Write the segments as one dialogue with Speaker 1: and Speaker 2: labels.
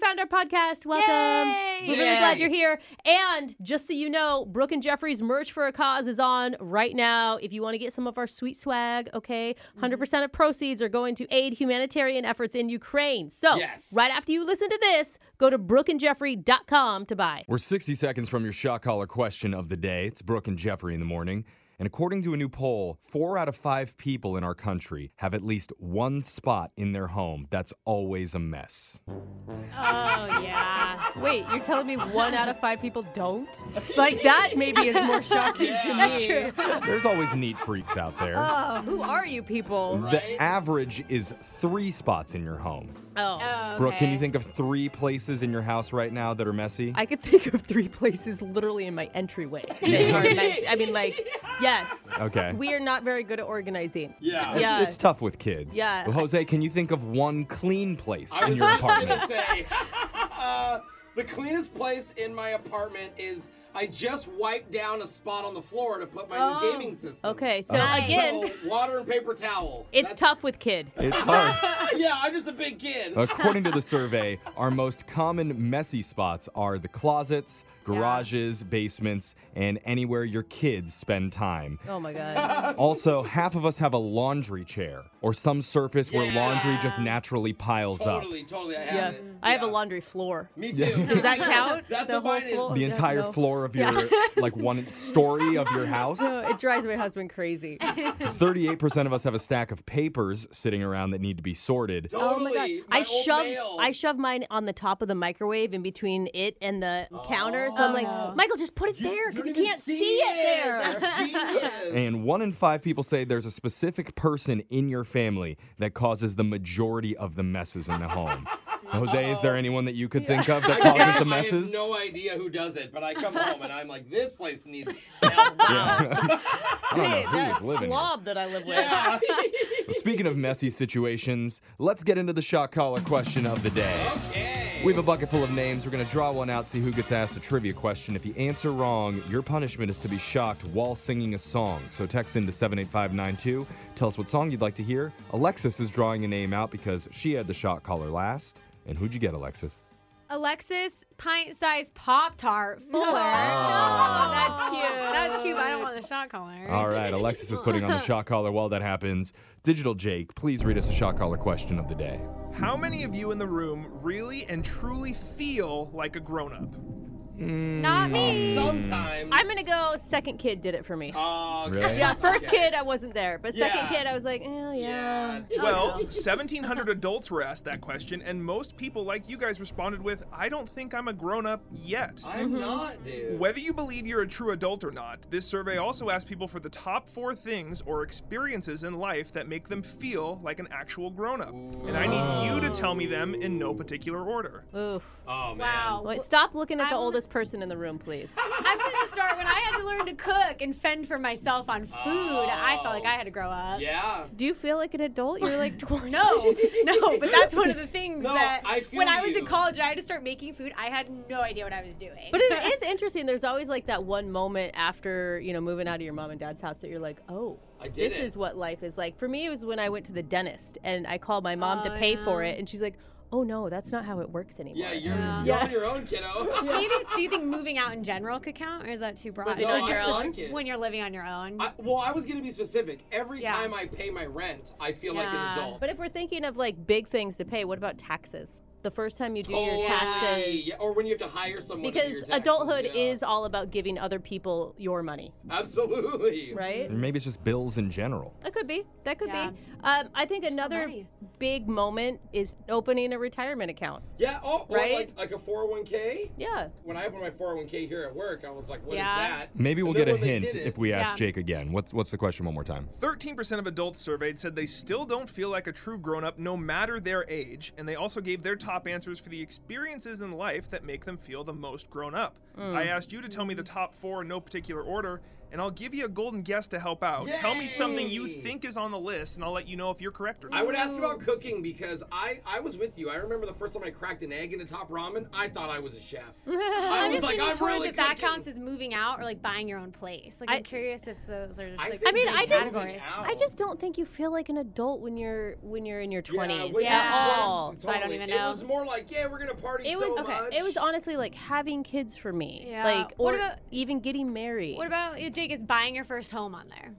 Speaker 1: found our podcast. Welcome. We're really
Speaker 2: Yay.
Speaker 1: glad you're here. And just so you know, Brooke and Jeffrey's merch for a cause is on right now. If you want to get some of our sweet swag, okay, 100% of proceeds are going to aid humanitarian efforts in Ukraine. So
Speaker 2: Yes.
Speaker 1: right after you listen to this, go to brookeandjeffrey.com to buy.
Speaker 3: We're 60 seconds from your shot caller question of the day. It's Brooke and Jeffrey in the morning. And according to a new poll, four out of five people in our country have at least one spot in their home that's always a mess.
Speaker 1: Oh, yeah.
Speaker 4: Wait, you're telling me one out of five people don't? Like that maybe is more shocking to me.
Speaker 1: That's true.
Speaker 3: There's always neat freaks out there.
Speaker 4: Oh, who are you people?
Speaker 3: The average is three spots in your home.
Speaker 1: Oh.
Speaker 3: Brooke, can you think of three places in your house right now that are messy?
Speaker 4: I could think of three places literally in my entryway. that are nice. I mean, like, yes.
Speaker 3: Okay.
Speaker 4: We are not very good at organizing.
Speaker 2: Yeah.
Speaker 3: It's-
Speaker 4: Yeah.
Speaker 3: It's, tough with kids.
Speaker 4: Yeah.
Speaker 3: Well, Jose, can you think of one clean place
Speaker 2: I
Speaker 3: in
Speaker 2: was
Speaker 3: your
Speaker 2: just
Speaker 3: apartment?
Speaker 2: gonna say, uh, the cleanest place in my apartment is I just wiped down a spot on the floor to put my
Speaker 4: Oh.
Speaker 2: new gaming system.
Speaker 1: Oh. Okay, so
Speaker 3: Nice.
Speaker 1: again,
Speaker 2: So, water and paper towel.
Speaker 1: it's
Speaker 2: That's-
Speaker 1: tough with kid.
Speaker 3: It's hard.
Speaker 2: Yeah, I'm just a big kid.
Speaker 3: According to the survey, our most common messy spots are the closets, garages, basements, and anywhere your kids spend time.
Speaker 4: Oh my God.
Speaker 3: Also, half of us have a laundry chair or some surface where laundry just naturally piles
Speaker 2: Totally, totally. I have
Speaker 4: Yeah.
Speaker 2: it.
Speaker 4: I have a
Speaker 2: Yeah.
Speaker 4: laundry floor.
Speaker 2: Me too.
Speaker 4: Does that count?
Speaker 2: That's
Speaker 4: The whole
Speaker 2: what mine is.
Speaker 4: floor?
Speaker 3: up. The
Speaker 4: Oh, Yeah,
Speaker 3: entire
Speaker 4: no.
Speaker 3: floor of your, like one story of your house.
Speaker 4: No, it drives my husband crazy.
Speaker 3: 38% of us have a stack of papers sitting around that need to be sorted.
Speaker 2: Totally.
Speaker 1: Oh I
Speaker 2: My old
Speaker 1: shove
Speaker 2: mail.
Speaker 1: I shove mine on the top of the microwave in between it and the counter. So I'm like, Michael, just put it there because you,
Speaker 2: don't even
Speaker 1: can't see, it, there.
Speaker 2: That's genius.
Speaker 3: And one in five people say there's a specific person in your family that causes the majority of the messes in the home. Now, Jose, is there anyone that you could think of that
Speaker 2: I
Speaker 3: causes
Speaker 2: have
Speaker 3: the messes?
Speaker 2: no idea who does it, but I come home and I'm like, this place needs help.
Speaker 3: Yeah. I don't know
Speaker 4: Hey,
Speaker 3: who
Speaker 4: that
Speaker 3: is living here.
Speaker 4: slob that I live with.
Speaker 2: Yeah.
Speaker 3: Well, Speaking of messy situations, let's get into the shot caller question of the day.
Speaker 2: okay.
Speaker 3: We have a bucket full of names. We're going to draw one out, see who gets asked a trivia question. If you answer wrong, your punishment is to be shocked while singing a song. So text into 78592. Tell us what song you'd like to hear. Alexis is drawing a name out because she had the shot caller last. And who'd you get, Alexis?
Speaker 5: Alexis pint-sized Pop Tart four. No,
Speaker 2: Oh,
Speaker 5: that's cute. That's cute. But I don't want the shot collar.
Speaker 3: All right, Alexis is putting on the shot caller while that happens. Digital Jake, please read us a shot caller question of the day.
Speaker 6: How many of you in the room really and truly feel like a grown up?
Speaker 5: Not
Speaker 1: Mm.
Speaker 5: me.
Speaker 2: Sometimes.
Speaker 1: I'm gonna go second kid did it for me.
Speaker 6: Oh,
Speaker 2: Uh, okay.
Speaker 3: Really?
Speaker 1: yeah, first kid I wasn't there, but second
Speaker 2: Yeah.
Speaker 1: kid I was like, oh yeah.
Speaker 2: Yeah.
Speaker 6: Well, 1,700 adults were asked that question, and most people like you guys responded with, I don't think I'm a grown up yet.
Speaker 2: I'm
Speaker 5: Mm-hmm.
Speaker 2: not, dude.
Speaker 6: Whether you believe you're a true adult or not, this survey also asked people for the top four things or experiences in life that make them feel like an actual grown up. And I need you to tell me them in no particular order.
Speaker 1: Oof.
Speaker 2: oh man.
Speaker 5: Wow.
Speaker 1: Wait, stop looking at the
Speaker 5: I'm-
Speaker 1: oldest person in the room, please.
Speaker 5: I'm going to start when I had to learn to cook and fend for myself on food. I felt like I had to grow up.
Speaker 2: Yeah.
Speaker 1: Do you feel like an adult? You're like 20.
Speaker 5: No, no, but that's one of the things
Speaker 2: No,
Speaker 5: that
Speaker 2: I feel
Speaker 5: when I was
Speaker 2: you.
Speaker 5: in college, and I had to start making food. I had no idea what I was doing.
Speaker 1: But it is interesting. There's always like that one moment after, you know, moving out of your mom and dad's house that you're like, oh,
Speaker 2: I did
Speaker 1: this
Speaker 2: it.
Speaker 1: is what life is like. For me, it was when I went to the dentist and I called my mom to
Speaker 5: Oh,
Speaker 1: pay for
Speaker 5: yeah.
Speaker 1: it. And she's like, oh, no, that's not how it works anymore.
Speaker 2: Yeah, you're,
Speaker 5: Yeah.
Speaker 2: you're on your own, kiddo.
Speaker 5: Maybe it's, do you think moving out in general could count, or is that too broad?
Speaker 2: no,
Speaker 5: Or
Speaker 2: I
Speaker 5: just the-
Speaker 2: like it.
Speaker 5: when you're living on your own.
Speaker 2: I, well, I was gonna be specific. Every
Speaker 5: Yeah.
Speaker 2: time I pay my rent, I feel like
Speaker 5: Yeah.
Speaker 2: an adult.
Speaker 1: But if we're thinking of like big things to pay, what about taxes? The first time you do your
Speaker 2: Totally.
Speaker 1: taxes.
Speaker 2: Yeah, or when you have to hire Oh, someone. to do
Speaker 1: Because
Speaker 2: your taxes,
Speaker 1: adulthood
Speaker 2: yeah.
Speaker 1: is all about giving other people your money,
Speaker 2: absolutely
Speaker 1: right?
Speaker 3: Or maybe it's just bills in general.
Speaker 1: That could be. That could
Speaker 5: Yeah.
Speaker 1: be. Um, I think another
Speaker 5: money.
Speaker 1: big moment is opening a retirement account.
Speaker 2: Yeah. Oh, or
Speaker 1: Right?
Speaker 2: like like a 401k.
Speaker 1: Yeah.
Speaker 2: When I opened my 401k here at work, I was like, "What is
Speaker 5: Yeah.
Speaker 2: that?"
Speaker 3: Maybe we'll
Speaker 2: And
Speaker 3: get
Speaker 2: then
Speaker 3: a
Speaker 2: when they
Speaker 3: hint
Speaker 2: did it-
Speaker 3: if we ask
Speaker 5: Yeah.
Speaker 3: Jake again. What's what's the question one more time?
Speaker 6: 13% of adults surveyed said they still don't feel like a true grown up no matter their age, and they also gave their top answers for the experiences
Speaker 1: Mm.
Speaker 6: in life that make them feel the most grown up. I asked you to tell me the top four in no particular order, and I'll give you a golden guess to help out. Oh, Tell me something you
Speaker 2: Yay!
Speaker 6: think is on the list, and I'll let you know if you're correct or not.
Speaker 2: I would ask about cooking because I, I was with you. I remember the first time I cracked an egg in a top ramen. I thought I was a chef.
Speaker 1: Mm,
Speaker 2: I
Speaker 5: I'm
Speaker 2: was
Speaker 5: just
Speaker 2: like,
Speaker 5: leaning
Speaker 2: I'm
Speaker 5: towards
Speaker 2: really
Speaker 5: if that
Speaker 2: cooking."
Speaker 5: counts as moving out or like buying your own place. Like I,
Speaker 1: I-
Speaker 5: am curious if those are just
Speaker 2: I
Speaker 5: like
Speaker 2: think
Speaker 1: I mean,
Speaker 5: two
Speaker 1: I just-
Speaker 5: categories.
Speaker 1: I just don't think you feel like an adult when you're when you're in your
Speaker 2: Yeah,
Speaker 1: 20s
Speaker 2: when
Speaker 5: Yeah.
Speaker 1: at
Speaker 2: you're
Speaker 1: all.
Speaker 2: 20,
Speaker 5: So I don't even
Speaker 2: It
Speaker 5: know.
Speaker 2: was more like, yeah, we're gonna party
Speaker 1: It
Speaker 2: so
Speaker 1: was
Speaker 2: much.
Speaker 1: it was honestly like having kids for me.
Speaker 5: Yeah.
Speaker 1: Like or
Speaker 5: What about-
Speaker 1: even getting married.
Speaker 5: What about uh, Jake? Is buying your first home on there?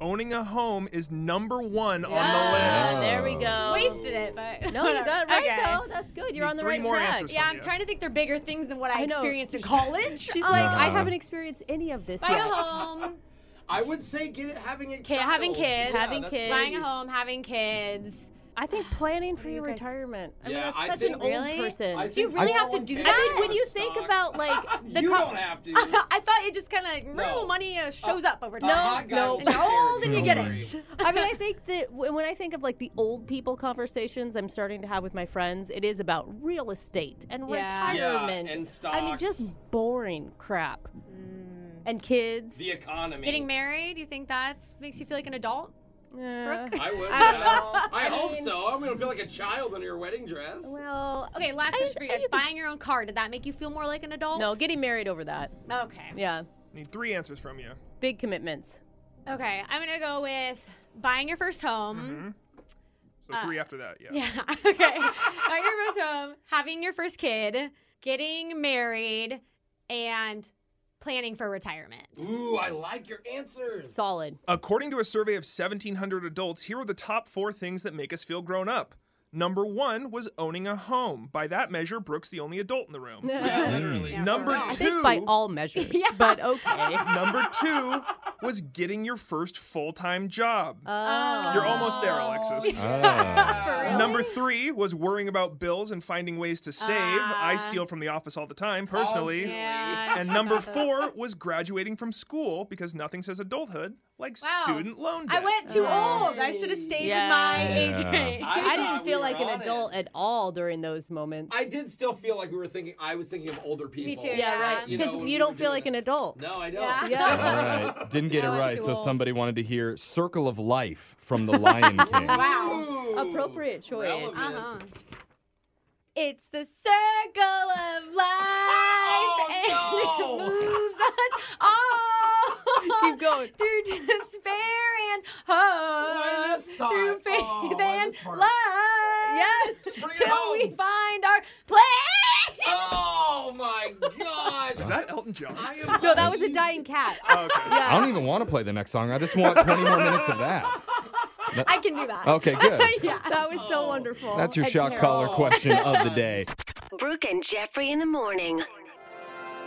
Speaker 6: Owning a home is number one
Speaker 1: Ah,
Speaker 6: on the list.
Speaker 1: There we go.
Speaker 5: Wasted it, but
Speaker 1: No, you got it right
Speaker 5: Okay.
Speaker 1: though. That's good. You're
Speaker 6: Need
Speaker 1: on the
Speaker 6: three
Speaker 1: right
Speaker 6: more
Speaker 1: track.
Speaker 6: answers.
Speaker 5: Yeah,
Speaker 6: from
Speaker 5: I'm
Speaker 6: you.
Speaker 5: trying to think. They're bigger things than what I,
Speaker 1: I know.
Speaker 5: experienced in college.
Speaker 1: She's like, I
Speaker 3: Uh-huh.
Speaker 1: haven't experienced any of this
Speaker 5: buying
Speaker 1: yet.
Speaker 5: a home,
Speaker 2: I would say get it having a
Speaker 5: kid,
Speaker 2: kid,
Speaker 5: having kids,
Speaker 1: Having kids.
Speaker 5: buying a home, having kids.
Speaker 1: I think planning for
Speaker 5: do
Speaker 1: your
Speaker 5: you guys-
Speaker 1: retirement. I
Speaker 2: Yeah,
Speaker 1: mean, that's
Speaker 2: I
Speaker 1: such
Speaker 2: think-
Speaker 1: an
Speaker 5: Really?
Speaker 1: old person.
Speaker 2: I
Speaker 1: I,
Speaker 2: think
Speaker 5: you really have to
Speaker 2: 401k
Speaker 5: do
Speaker 2: is
Speaker 5: that?
Speaker 1: mean, when you
Speaker 2: stocks.
Speaker 1: think about like the
Speaker 2: you
Speaker 1: co-
Speaker 2: don't have to.
Speaker 5: I thought it just kind of like,
Speaker 2: No.
Speaker 5: real money uh, shows up over
Speaker 2: a
Speaker 5: time.
Speaker 2: hot guy will
Speaker 5: and you're
Speaker 2: take care of
Speaker 5: old and
Speaker 2: you,
Speaker 5: you get
Speaker 2: don't worry.
Speaker 5: it.
Speaker 1: I mean, I think that w- when I think of like the old people conversations I'm starting to have with my friends, it is about real estate and
Speaker 5: Yeah.
Speaker 2: Yeah,
Speaker 1: retirement.
Speaker 2: and
Speaker 1: I mean,
Speaker 2: stocks.
Speaker 1: just boring crap.
Speaker 5: Mm.
Speaker 1: And kids.
Speaker 2: the economy.
Speaker 5: Getting married, you think that makes you feel like an adult?
Speaker 2: I
Speaker 1: Yeah.
Speaker 2: would.
Speaker 1: I
Speaker 2: yeah.
Speaker 1: don't know.
Speaker 2: I,
Speaker 1: I
Speaker 2: hope
Speaker 1: mean-
Speaker 2: so. I'm gonna feel like a child under your wedding dress.
Speaker 1: well,
Speaker 5: Okay, last
Speaker 1: I
Speaker 5: question
Speaker 1: just-
Speaker 5: for you guys.
Speaker 1: you could-
Speaker 5: Buying your own car, did that make you feel more like an adult?
Speaker 1: no, getting married over that.
Speaker 5: Okay.
Speaker 1: Yeah,
Speaker 6: Need three answers from you.
Speaker 1: big commitments.
Speaker 5: Okay, I'm gonna go with buying your first home.
Speaker 6: Mm-hmm.
Speaker 1: Uh,
Speaker 6: So three after that, yeah.
Speaker 5: Yeah. Okay.
Speaker 2: Mm-hmm.
Speaker 5: buying your first home, having your first kid, getting married, and planning for retirement.
Speaker 2: Ooh, I like your answers.
Speaker 1: Solid.
Speaker 6: According to a survey of 1,700 adults, here are the top four things that make us feel grown up. Number one was owning a home. By that measure, Brooke's the only adult in the room.
Speaker 2: Yeah, literally.
Speaker 6: Number
Speaker 1: I
Speaker 6: two.
Speaker 1: think by all measures, but okay.
Speaker 6: Number two was getting your first full time job.
Speaker 1: Oh.
Speaker 6: You're almost there, Alexis.
Speaker 3: Ah.
Speaker 6: Number three was worrying about bills and finding ways to save.
Speaker 5: Ah.
Speaker 6: I steal from the office all the time, personally.
Speaker 2: Constantly.
Speaker 5: Yeah.
Speaker 6: And number four was graduating from school because nothing says adulthood like
Speaker 5: Wow.
Speaker 6: student loan
Speaker 5: I
Speaker 6: debt.
Speaker 5: went too old. I should have stayed
Speaker 1: Yeah.
Speaker 5: with my
Speaker 3: Yeah.
Speaker 5: age range.
Speaker 2: I
Speaker 1: I
Speaker 2: thought
Speaker 1: didn't
Speaker 2: we
Speaker 1: feel
Speaker 2: were
Speaker 1: like an
Speaker 2: on it.
Speaker 1: adult at all during those moments.
Speaker 2: I did still feel like we were thinking. I was thinking of older people.
Speaker 5: too.
Speaker 1: yeah,
Speaker 5: Yeah.
Speaker 1: right.
Speaker 2: You
Speaker 1: Because
Speaker 2: know,
Speaker 1: you,
Speaker 2: when we
Speaker 1: don't
Speaker 2: were
Speaker 1: feel
Speaker 2: doing
Speaker 1: like an
Speaker 2: that.
Speaker 1: adult.
Speaker 2: No, I don't.
Speaker 5: Yeah.
Speaker 1: Yeah.
Speaker 3: All right. Didn't get
Speaker 5: Now
Speaker 3: it
Speaker 5: I'm
Speaker 3: right,
Speaker 5: too
Speaker 3: so
Speaker 5: old.
Speaker 3: somebody wanted to hear Circle of Life from The Lion King.
Speaker 5: Wow.
Speaker 2: Ooh,
Speaker 1: Appropriate choice.
Speaker 2: relevant.
Speaker 5: Uh-huh. It's the circle of life,
Speaker 2: Oh,
Speaker 5: and
Speaker 2: no.
Speaker 5: it moves us all
Speaker 1: Keep going.
Speaker 5: through despair and hope,
Speaker 2: this time?
Speaker 5: through faith
Speaker 2: Oh, I
Speaker 5: and
Speaker 2: just
Speaker 5: love,
Speaker 2: heard-
Speaker 5: yes,
Speaker 2: Bring it
Speaker 5: till
Speaker 2: home.
Speaker 5: we find our place.
Speaker 2: Oh my gosh.
Speaker 6: Is that Elton John?
Speaker 2: I am
Speaker 1: No, that was a dying cat.
Speaker 6: Oh, okay.
Speaker 3: I don't even want to play the next song. I just want 20 more minutes of that.
Speaker 5: I can do that.
Speaker 3: Okay, good.
Speaker 5: yeah.
Speaker 1: That was so wonderful. Oh.
Speaker 3: That's your
Speaker 1: and
Speaker 3: shock
Speaker 1: terrible.
Speaker 3: collar question of the day.
Speaker 7: Brooke and Jeffrey in the morning.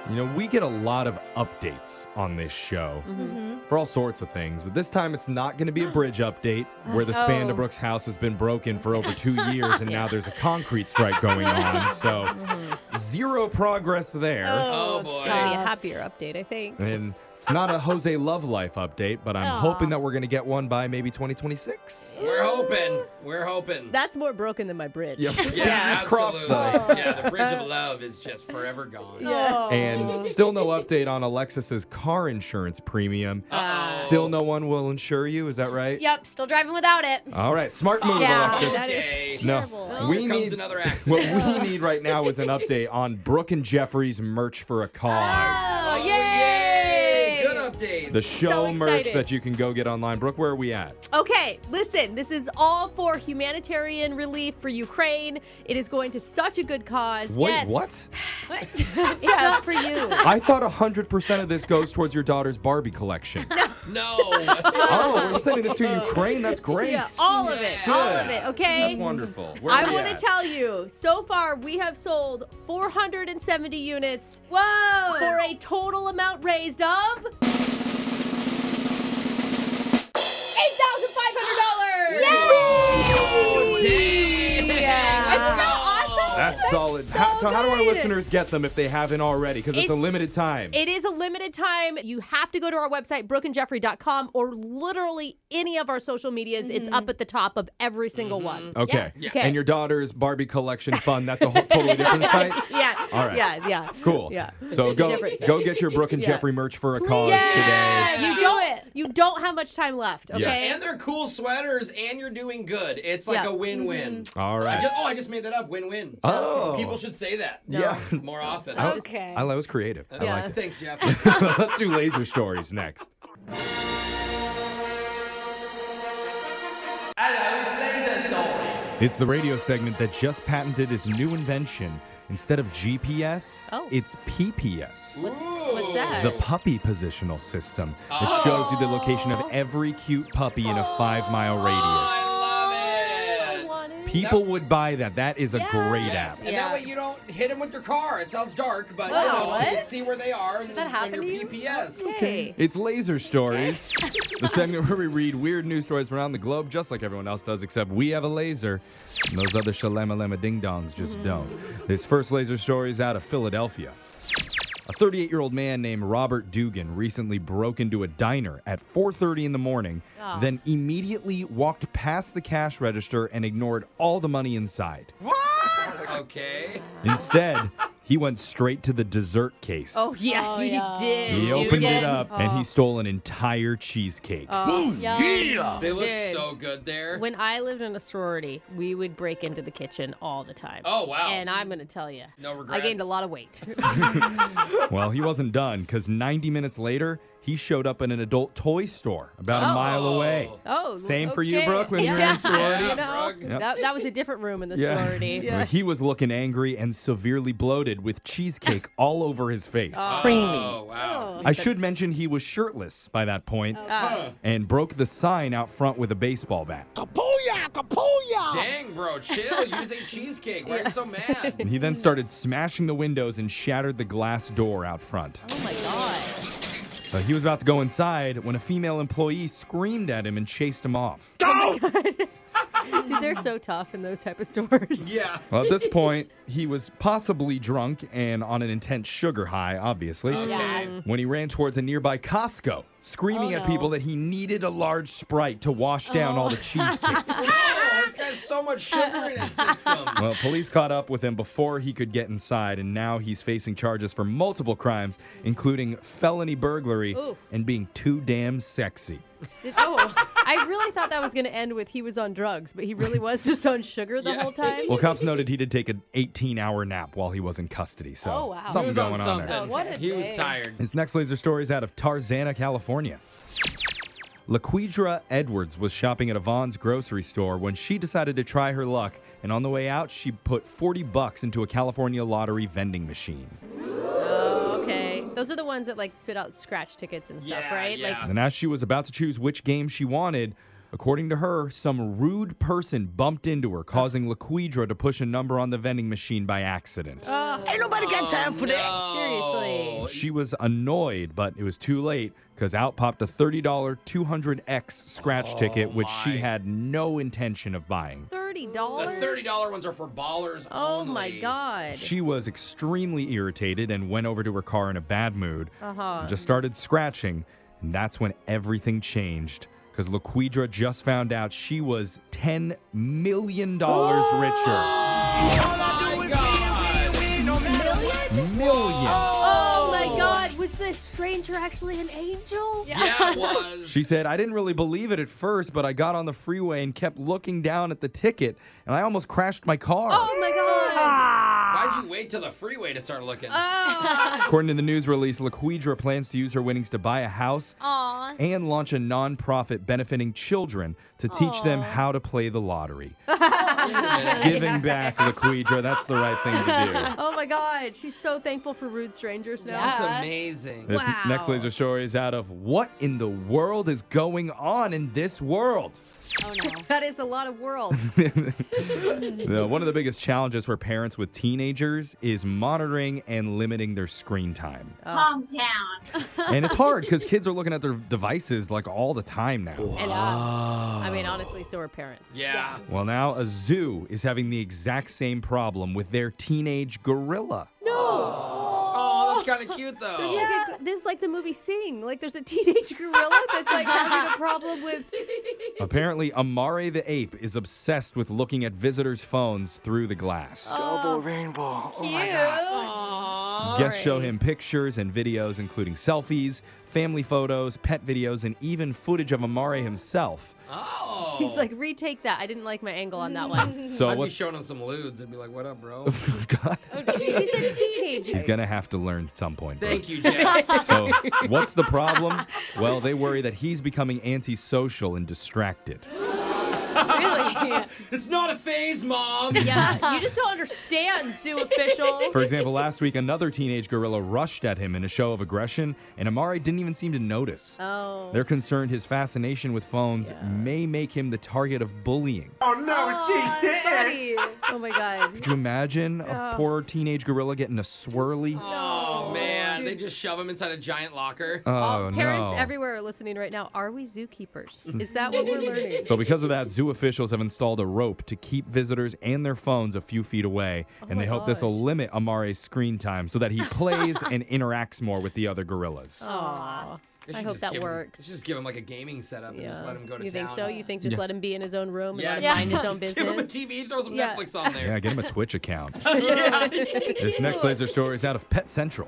Speaker 3: You know, we get a lot of updates on this show
Speaker 5: Mm-hmm.
Speaker 3: for all sorts of things, but this time it's not going to be a bridge update where the span to
Speaker 1: Oh.
Speaker 3: Brooks' house has been broken for over two years and now there's a concrete strike going on. So,
Speaker 5: Mm-hmm.
Speaker 3: zero progress there.
Speaker 2: Oh boy.
Speaker 1: It's gonna be a happier update, I think.
Speaker 3: And it's not a Jose Love Life update, but I'm
Speaker 5: Aw.
Speaker 3: hoping that we're going to get one by maybe 2026.
Speaker 2: We're hoping. We're hoping.
Speaker 1: That's more broken than my bridge. Oh.
Speaker 3: Yeah.
Speaker 2: yeah,
Speaker 3: Fingers crossed, though.
Speaker 2: absolutely. Yeah, the bridge of love is just forever gone.
Speaker 5: Oh.
Speaker 3: And still no update on Alexis's car insurance premium.
Speaker 2: Uh-oh.
Speaker 3: Still no one will insure you, is that right?
Speaker 5: Yep, still driving without it.
Speaker 3: All right, smart move,
Speaker 5: Yeah.
Speaker 3: Alexis.
Speaker 1: That is
Speaker 2: Okay.
Speaker 1: terrible.
Speaker 3: No,
Speaker 1: Oh.
Speaker 3: we
Speaker 2: Here comes
Speaker 3: need
Speaker 2: another accident.
Speaker 3: what we need right now is an update on Brooke and Jeffrey's merch for a cause.
Speaker 5: Oh,
Speaker 2: Oh,
Speaker 5: yay!
Speaker 2: yay! Good updates.
Speaker 3: The show
Speaker 1: Ah, So
Speaker 3: merch
Speaker 1: excited.
Speaker 3: that you can go get online. Brooke, where are we at?
Speaker 1: Okay, listen, this is all for humanitarian relief for Ukraine. It is going to such a good cause.
Speaker 3: Wait,
Speaker 5: Yes.
Speaker 3: what?
Speaker 5: What?
Speaker 1: It's not for you.
Speaker 3: I thought 100% of this goes towards your daughter's Barbie collection.
Speaker 2: no.
Speaker 3: Oh, we're sending this to Ukraine? That's great.
Speaker 1: Yeah, all of it.
Speaker 2: Yeah.
Speaker 1: All of it, okay?
Speaker 3: That's wonderful. Where are
Speaker 1: I
Speaker 3: we
Speaker 1: want to
Speaker 3: at?
Speaker 1: tell you, so far we have sold 470 units
Speaker 5: Whoa!
Speaker 1: for a total amount raised of $8,500. Isn't that awesome?
Speaker 3: That's, solid. how, so, how do our
Speaker 1: good.
Speaker 3: listeners get them if they haven't already? Because it's, a
Speaker 1: It's-
Speaker 3: limited time.
Speaker 1: It is a limited time. You have to go to our website, brookandjeffrey.com, or literally any of our social medias. It's up at the top of every single one.
Speaker 3: okay.
Speaker 1: Okay.
Speaker 3: And your daughter's Barbie collection fund. That's a whole, totally different site.
Speaker 1: Yeah.
Speaker 3: All right.
Speaker 4: Yeah, yeah.
Speaker 3: Cool.
Speaker 4: Yeah.
Speaker 3: So
Speaker 4: It's a
Speaker 3: go
Speaker 4: difference.
Speaker 3: go get your Brooke and
Speaker 4: Yeah.
Speaker 3: Jeffrey merch for a cause today.
Speaker 5: Yes,
Speaker 1: You
Speaker 5: do
Speaker 1: don't.
Speaker 5: it.
Speaker 1: You don't have much time left. Okay.
Speaker 2: And they're cool sweaters, and you're doing good. It's like
Speaker 1: Yeah.
Speaker 2: a win-win.
Speaker 5: Mm-hmm.
Speaker 3: All
Speaker 2: I
Speaker 3: right.
Speaker 2: just, oh, I just made that up. Win-win.
Speaker 3: Oh.
Speaker 2: People should say that.
Speaker 3: Yeah.
Speaker 2: More often.
Speaker 3: I-
Speaker 5: Okay.
Speaker 3: I, that was creative. I
Speaker 4: Yeah.
Speaker 3: liked it.
Speaker 2: Thanks, Jeff.
Speaker 3: Let's do laser stories next. It's the radio segment that just patented its new invention. Instead of GPS,
Speaker 1: Oh.
Speaker 3: it's PPS.
Speaker 1: What's that?
Speaker 3: The puppy positional system that shows you the location of every cute puppy in a five mile radius.
Speaker 2: Oh, I love
Speaker 5: Oh,
Speaker 2: it.
Speaker 1: Want it?
Speaker 3: People would buy that. That is a great app.
Speaker 2: Yes. And
Speaker 4: Yeah.
Speaker 2: that way you don't hit them with your car. It sounds dark, but you,
Speaker 5: Wow,
Speaker 2: know, you can
Speaker 5: what?
Speaker 2: see where they are. Does
Speaker 5: that happen to you?
Speaker 2: PPS.
Speaker 1: Hey.
Speaker 3: It's Laser Stories, the segment where we read weird news stories from around the globe, just like everyone else does, except we have a laser. And those other shalama lama ding dongs just don't. This first laser story is out of Philadelphia. A 38-year-old man named Robert Dugan recently broke into a diner at 4:30 in the morning, then immediately walked past the cash register and ignored all the money inside.
Speaker 2: Okay.
Speaker 3: Instead, he went straight to the dessert case.
Speaker 1: Oh yeah,
Speaker 5: Oh,
Speaker 1: you
Speaker 5: yeah.
Speaker 1: did.
Speaker 3: He
Speaker 1: dude.
Speaker 3: opened it up and he stole an entire cheesecake.
Speaker 5: yeah.
Speaker 2: They look
Speaker 1: Oh, Dude.
Speaker 2: so good there.
Speaker 1: When I lived in a sorority, we would break into the kitchen all the time.
Speaker 2: Oh, wow.
Speaker 1: And I'm gonna tell you,
Speaker 2: No
Speaker 1: I
Speaker 2: regrets.
Speaker 1: gained a lot of weight.
Speaker 3: Well, he wasn't done because 90 minutes later, he showed up in an adult toy store about a mile away.
Speaker 1: Oh,
Speaker 3: Same for you,
Speaker 5: okay.
Speaker 3: Brooke, when you're in
Speaker 1: Yeah.
Speaker 3: a sorority.
Speaker 1: you
Speaker 2: Yeah,
Speaker 1: know,
Speaker 2: Brooke.
Speaker 3: Yep.
Speaker 1: that, that was a different room in the sorority. Oh
Speaker 3: But he was looking angry and severely bloated with cheesecake all over his face.
Speaker 2: Oh, wow.
Speaker 3: I should mention he was shirtless by that point
Speaker 1: Oh.
Speaker 3: and broke the sign out front with a baseball bat.
Speaker 2: Dang, bro. Chill. You just ate cheesecake. Why are you so mad?
Speaker 3: He then started smashing the windows and shattered the glass door out front.
Speaker 1: Oh my god.
Speaker 3: Uh, he was about to go inside when a female employee screamed at him and chased him off.
Speaker 1: Dude, they're so tough in those type of stores.
Speaker 2: Yeah.
Speaker 3: Well, at this point, he was possibly drunk and on an intense sugar high, obviously,
Speaker 5: Oh, Yeah.
Speaker 3: when he ran towards a nearby Costco, screaming
Speaker 5: Oh,
Speaker 3: at
Speaker 5: no.
Speaker 3: people that he needed a large Sprite to wash down all the cheesecake.
Speaker 2: Oh, this guy's so much sugar in his system.
Speaker 3: well, police caught up with him before he could get inside, and now he's facing charges for multiple crimes, including felony burglary
Speaker 1: Ooh.
Speaker 3: and being too damn sexy.
Speaker 1: Did- oh, I really thought that was gonna end with he was on drugs, but he really was just on sugar the
Speaker 2: Yeah.
Speaker 1: whole time.
Speaker 3: Well, cops noted he did take an 18 hour nap while he was in custody. So
Speaker 5: Oh, wow.
Speaker 3: something
Speaker 2: He was
Speaker 3: going
Speaker 2: on
Speaker 3: on,
Speaker 2: something.
Speaker 3: there.
Speaker 5: What a
Speaker 2: he was
Speaker 5: day.
Speaker 2: tired.
Speaker 3: His next laser story is out of Tarzana, California. Laquidra Edwards was shopping at Yvonne's grocery store when she decided to try her luck, and on the way out, she put 40 bucks into a California lottery vending machine.
Speaker 1: Oh, Okay, those are the ones that like spit out scratch tickets and stuff,
Speaker 2: Yeah,
Speaker 1: right?
Speaker 2: yeah.
Speaker 1: Like,
Speaker 3: And as she was about to choose which game she wanted, according to her, some rude person bumped into her, causing Laquidra to push a number on the vending machine by accident.
Speaker 7: Ain't nobody got time for that.
Speaker 1: seriously.
Speaker 3: She was annoyed, but it was too late because out popped a $30 200X scratch
Speaker 1: Oh,
Speaker 3: ticket, which she had no intention of buying.
Speaker 1: Thirty
Speaker 2: The
Speaker 1: dollars.
Speaker 2: $30 ones are for ballers
Speaker 1: Oh
Speaker 2: only.
Speaker 1: my god.
Speaker 3: She was extremely irritated and went over to her car in a bad mood. Uh-huh. Just started scratching, and that's when everything changed because Laquidra just found out she was $10 million richer. Million.
Speaker 1: Oh my god, was this stranger actually an angel?
Speaker 2: Yeah, it was.
Speaker 3: She said, I didn't really believe it at first, but I got on the freeway and kept looking down at the ticket, and I almost crashed my car.
Speaker 1: Oh my god. Oh.
Speaker 2: Why'd you wait till the freeway to start looking?
Speaker 3: According to the news release, Laquidra plans to use her winnings to buy a house
Speaker 5: Aw.
Speaker 3: and launch a nonprofit benefiting children to teach them how to play the lottery. Giving back, Laquidra, that's the right thing to do.
Speaker 1: Oh my god, she's so thankful for rude strangers now.
Speaker 2: That's amazing.
Speaker 3: This next laser story is out of What in the World is Going On in This World?
Speaker 1: Oh, That is a lot of world.
Speaker 3: The- one of the biggest challenges for parents with teenagers is monitoring and limiting their screen time.
Speaker 1: Oh.
Speaker 8: Calm down.
Speaker 3: And it's hard because kids are looking at their devices like all the time now.
Speaker 1: and uh, I mean, honestly, so are parents.
Speaker 2: Yeah.
Speaker 3: Well, now a zoo is having the exact same problem with their teenage gorilla.
Speaker 2: Oh, kind of cute
Speaker 8: There's
Speaker 2: though.
Speaker 8: like a, this is like the movie Sing. Like there's a teenage gorilla that's like having a problem with.
Speaker 3: Apparently, Amare the ape is obsessed with looking at visitors' phones through the glass.
Speaker 7: Double rainbow. Oh my
Speaker 5: Cute.
Speaker 7: god.
Speaker 3: Guests show him pictures and videos, including selfies, family photos, pet videos, and even footage of Amare himself.
Speaker 2: Oh.
Speaker 1: Ah. He's like, retake that. I didn't like my angle on that one.
Speaker 3: So
Speaker 2: I'd be
Speaker 3: what?
Speaker 2: showing him some lewds and be like, "What up, bro?"
Speaker 3: God,
Speaker 8: Oh, He's a teenager.
Speaker 3: he's gonna have to learn at some point. bro.
Speaker 2: Thank you, Jack.
Speaker 3: So what's the problem? Well, they worry that he's becoming antisocial and distracted.
Speaker 2: it's not a phase, mom.
Speaker 1: yeah, you just don't understand, zoo official.
Speaker 3: For example, last week another teenage gorilla rushed at him in a show of aggression, and Amare didn't even seem to notice.
Speaker 1: oh.
Speaker 3: They're concerned his fascination with phones may make him the target of bullying.
Speaker 1: Oh my god.
Speaker 3: Could you imagine a poor teenage gorilla getting a swirly?
Speaker 2: Oh man, they just shove him inside a giant locker.
Speaker 3: Oh,
Speaker 1: All parents
Speaker 3: no. Mm.
Speaker 1: everywhere are listening right now. Are we zookeepers? Is that what we're learning?
Speaker 3: So, because of that, zoo officials have installed a rope to keep visitors and their phones a few feet away, and they hope this will limit Amare's screen time so that he plays and interacts more with the other gorillas.
Speaker 1: Aw.
Speaker 2: They
Speaker 1: I
Speaker 2: should
Speaker 1: hope
Speaker 2: just
Speaker 1: that
Speaker 2: give him-
Speaker 1: works.
Speaker 2: they should just give him like a gaming setup and just let him go to
Speaker 1: you
Speaker 2: town.
Speaker 1: think so? You think just let him be in his own room and let him
Speaker 2: Yeah.
Speaker 1: mind his own
Speaker 2: Give him a
Speaker 1: business?
Speaker 2: TV, throw some
Speaker 1: Yeah.
Speaker 2: Netflix on
Speaker 3: Yeah,
Speaker 2: there.
Speaker 3: get him a Twitch account. this next laser story is out of Pet Central.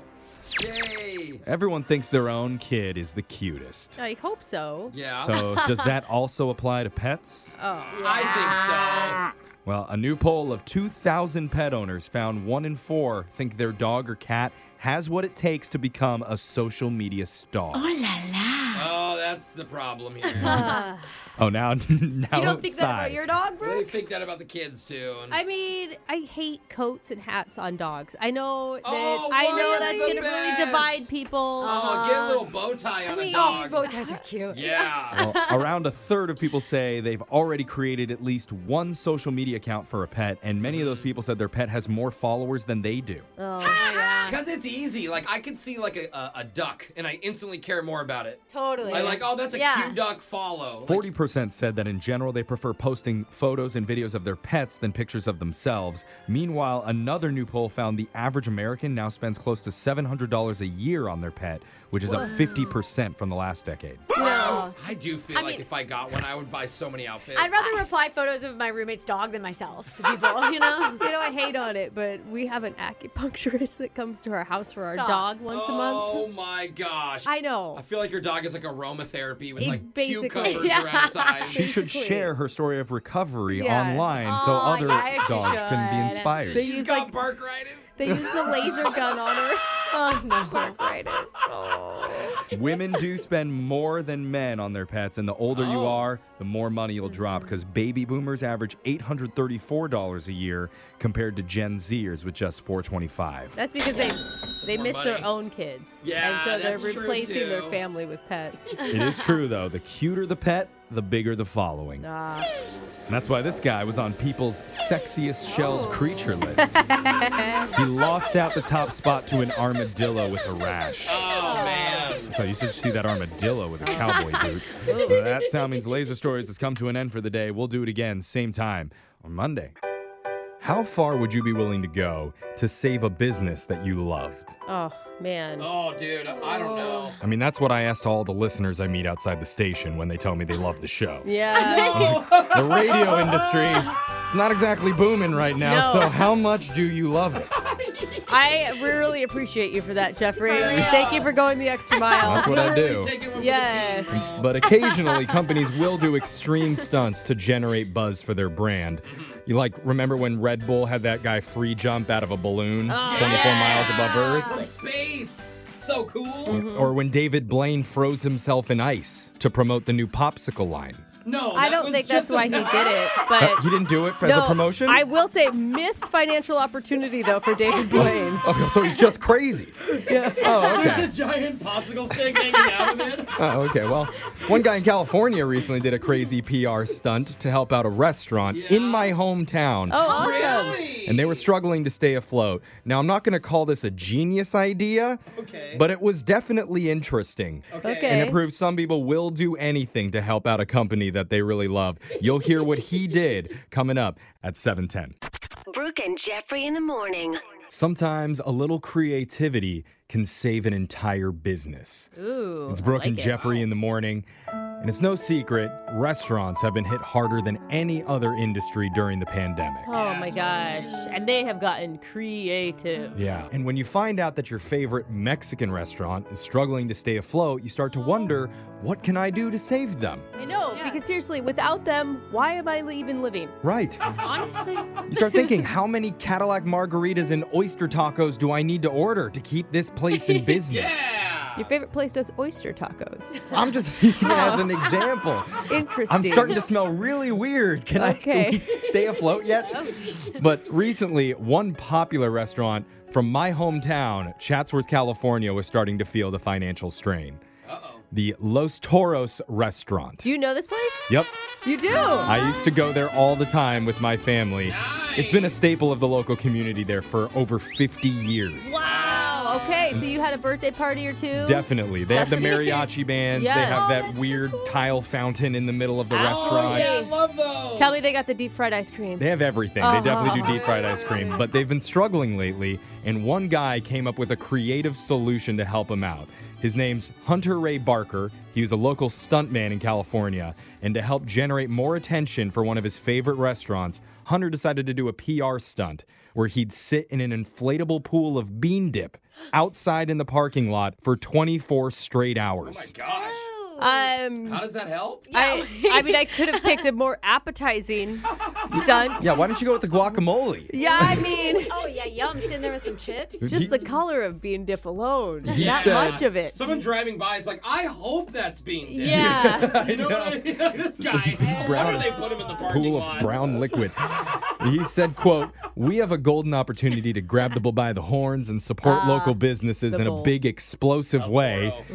Speaker 2: Yay.
Speaker 3: Everyone thinks their own kid is the cutest.
Speaker 1: I hope so.
Speaker 2: Yeah.
Speaker 3: So, does that also apply to pets?
Speaker 1: Oh.
Speaker 2: I think so.
Speaker 3: Well, a new poll of 2,000 pet owners found one in four think their dog or cat has what it takes to become a social media star.
Speaker 2: Oh, that's the problem
Speaker 1: Uh,
Speaker 2: here.
Speaker 3: Oh, now, now
Speaker 5: You don't think that about your dog,
Speaker 2: they
Speaker 5: bro?
Speaker 2: think that about the kids too. And
Speaker 1: I mean, I hate coats and hats on dogs. I know that
Speaker 2: Oh,
Speaker 1: I
Speaker 2: why
Speaker 1: know
Speaker 2: is
Speaker 1: that's
Speaker 2: the
Speaker 1: gonna
Speaker 2: best?
Speaker 1: really divide people. Uh-huh.
Speaker 2: oh, get a little bow tie on a dog.
Speaker 5: Bow ties are cute.
Speaker 2: yeah.
Speaker 3: Well, around a third of people say they've already created at least one social media account for a pet, and many of those people said their pet has more followers than they do.
Speaker 1: Oh,
Speaker 2: Because it's easy. Like I could see like a, a, a duck, and I instantly care more about it.
Speaker 5: Totally.
Speaker 2: I like, oh, that's a
Speaker 5: Yeah.
Speaker 2: cute duck. Follow. Like,
Speaker 3: 40% said that in general they prefer posting photos and videos of their pets than pictures of themselves. Meanwhile, another new poll found the average American now spends close to $700 a year on their pet, which is up 50% from the last decade.
Speaker 2: I do feel like if I got one, I would buy so many outfits.
Speaker 5: I'd rather reply photos of my roommate's dog than myself to people, you know?
Speaker 1: You know, I hate on it, but we have an acupuncturist that comes to our house for
Speaker 5: Stop.
Speaker 1: our dog once a month.
Speaker 2: Oh my gosh.
Speaker 1: I know.
Speaker 2: I feel like your dog is like aromatherapy with
Speaker 1: It
Speaker 2: like
Speaker 1: basically-
Speaker 2: cucumbers around its eyes.
Speaker 3: She should share her story of recovery
Speaker 1: Yeah.
Speaker 3: online so
Speaker 5: Oh,
Speaker 3: other
Speaker 5: yeah, she
Speaker 3: dogs can be
Speaker 5: should.
Speaker 3: inspired.
Speaker 1: They
Speaker 2: She's
Speaker 1: use
Speaker 2: got
Speaker 1: like
Speaker 2: barkritis.
Speaker 1: they use the laser gun on her.
Speaker 5: Oh, no.
Speaker 1: Right. Oh.
Speaker 3: Women do spend more than men on their pets, and the older you are, the more money you'll drop because baby boomers average $834 a year compared to Gen Zers with just 425
Speaker 1: That's because they they
Speaker 2: More
Speaker 1: miss
Speaker 2: money.
Speaker 1: their own kids.
Speaker 2: Yeah,
Speaker 1: And so they're
Speaker 2: that's true,
Speaker 1: replacing their
Speaker 2: too.
Speaker 1: family with pets.
Speaker 3: It is true, though. The cuter the pet, the bigger the following.
Speaker 1: Ah.
Speaker 3: And that's why this guy was on people's sexiest shelled creature list. he lost out the top spot to an armadillo with a rash.
Speaker 2: Oh man.
Speaker 3: So you should see that armadillo with a cowboy boot. But that sound means Laser Stories has come to an end for the day. We'll do it again, same time, on Monday. How far would you be willing to go to save a business that you loved?
Speaker 1: Oh man.
Speaker 2: Oh dude, I don't know.
Speaker 3: I mean, that's what I asked all the listeners I meet outside the station when they tell me they love the show.
Speaker 1: Oh. Yeah.
Speaker 3: The radio industry, it's not exactly booming right now,
Speaker 1: No.
Speaker 3: so how much do you love it?
Speaker 1: I really appreciate you for that, Jeffrey. Thank you for going the extra mile.
Speaker 3: That's what I do.
Speaker 2: Take it one for the
Speaker 1: Yeah.
Speaker 2: team, bro.
Speaker 3: But occasionally, companies will do extreme stunts to generate buzz for their brand. You like remember when Red Bull had that guy free jump out of a balloon
Speaker 1: Oh,
Speaker 3: 24 miles above
Speaker 2: From
Speaker 3: Earth?
Speaker 2: space. So cool.
Speaker 3: Or when David Blaine froze himself in ice to promote the new popsicle line.
Speaker 2: No,
Speaker 1: I
Speaker 2: that
Speaker 1: don't
Speaker 2: was
Speaker 1: think
Speaker 2: just
Speaker 1: that's
Speaker 2: a-
Speaker 1: why he did it,
Speaker 3: Uh,
Speaker 1: but
Speaker 3: he didn't do it for, as
Speaker 1: no,
Speaker 3: a promotion?
Speaker 1: I will say missed financial opportunity though for David Blaine.
Speaker 3: Oh, so he's just crazy. Yeah. Oh,
Speaker 2: There's a
Speaker 3: okay.
Speaker 2: giant popsicle stick hanging out of it.
Speaker 3: Oh, okay. Well, one guy in California recently did a crazy PR stunt to help out a restaurant in my hometown.
Speaker 1: Oh, awesome.
Speaker 2: Really?
Speaker 3: and they were struggling to stay afloat. Now, I'm not going to call this a genius idea,
Speaker 2: Okay.
Speaker 3: but it was definitely interesting. And it
Speaker 1: Okay.
Speaker 3: proves some people will do anything to help out a company that they really love. You'll hear what he did coming up at 710.
Speaker 9: Brooke and Jeffrey in the morning.
Speaker 3: Sometimes a little creativity can save an entire business.
Speaker 1: Ooh.
Speaker 3: It's
Speaker 1: I
Speaker 3: Brooke
Speaker 1: like
Speaker 3: and
Speaker 1: it.
Speaker 3: Jeffrey in the morning. And it's no secret, restaurants have been hit harder than any other industry during the pandemic.
Speaker 1: Oh my gosh. And they have gotten creative.
Speaker 3: Yeah. And when you find out that your favorite Mexican restaurant is struggling to stay afloat, you start to wonder, what can I do to save them?
Speaker 1: I know,
Speaker 5: Yeah.
Speaker 1: because
Speaker 8: Because seriously, without them, why am I even living?
Speaker 3: Right.
Speaker 8: Ah.
Speaker 5: Honestly,
Speaker 3: You start thinking, how many Cadillac margaritas and oyster tacos do I need to order to keep this place in business?
Speaker 8: Your favorite place does oyster tacos.
Speaker 3: I'm just using it as an example.
Speaker 8: Interesting.
Speaker 3: I'm starting to smell really weird. Can I can
Speaker 8: Okay.
Speaker 3: we stay afloat yet? but recently, one popular restaurant from my hometown, Chatsworth, California, was starting to feel the financial strain.
Speaker 2: Uh-oh.
Speaker 3: The Los Toros restaurant.
Speaker 1: do you know this place?
Speaker 3: Yep,
Speaker 8: You do.
Speaker 3: I used to go there all the time with my family. It's been a staple of the local community there for over 50 years.
Speaker 1: Wow. Okay, so you had a birthday party or two?
Speaker 3: Definitely. They have the mariachi bands. They
Speaker 1: Yes.
Speaker 3: have
Speaker 1: Oh,
Speaker 3: that weird tile fountain in the middle of the
Speaker 2: Oh,
Speaker 3: restaurant.
Speaker 2: yeah, I love those.
Speaker 8: Tell me they got the deep fried ice cream.
Speaker 3: They have everything. They definitely do
Speaker 8: Uh-huh.
Speaker 3: deep fried ice cream, but they've been struggling lately, and one guy came up with a creative solution to help him out. His name's Hunter Ray Barker. He was a local stuntman in California, and to help generate more attention for one of his favorite restaurants, Hunter decided to do a PR stunt where he'd sit in an inflatable pool of bean dip outside in the parking lot for 24 straight
Speaker 2: Oh my
Speaker 3: hours.
Speaker 2: gosh.
Speaker 8: Um,
Speaker 2: How does that help?
Speaker 8: I, I mean, I could have picked a more appetizing stunt.
Speaker 3: yeah, why don't you go with the guacamole?
Speaker 8: Yeah, I mean,
Speaker 5: oh yeah, yum. Sitting there with some chips.
Speaker 8: just the color of bean dip alone.
Speaker 3: He
Speaker 8: That
Speaker 3: said-
Speaker 8: much of
Speaker 1: Mm-hmm.
Speaker 8: it.
Speaker 2: Someone driving by is like, I hope that's being dead.
Speaker 8: Yeah.
Speaker 2: You know what I mean? this guy.
Speaker 3: big
Speaker 2: Why
Speaker 3: brown
Speaker 2: do they put him in the parking
Speaker 3: pool
Speaker 2: lot?
Speaker 3: of brown liquid. he said, quote, we have a golden opportunity to grab the bull by the horns and support local businesses in a
Speaker 8: bull.
Speaker 3: big explosive way.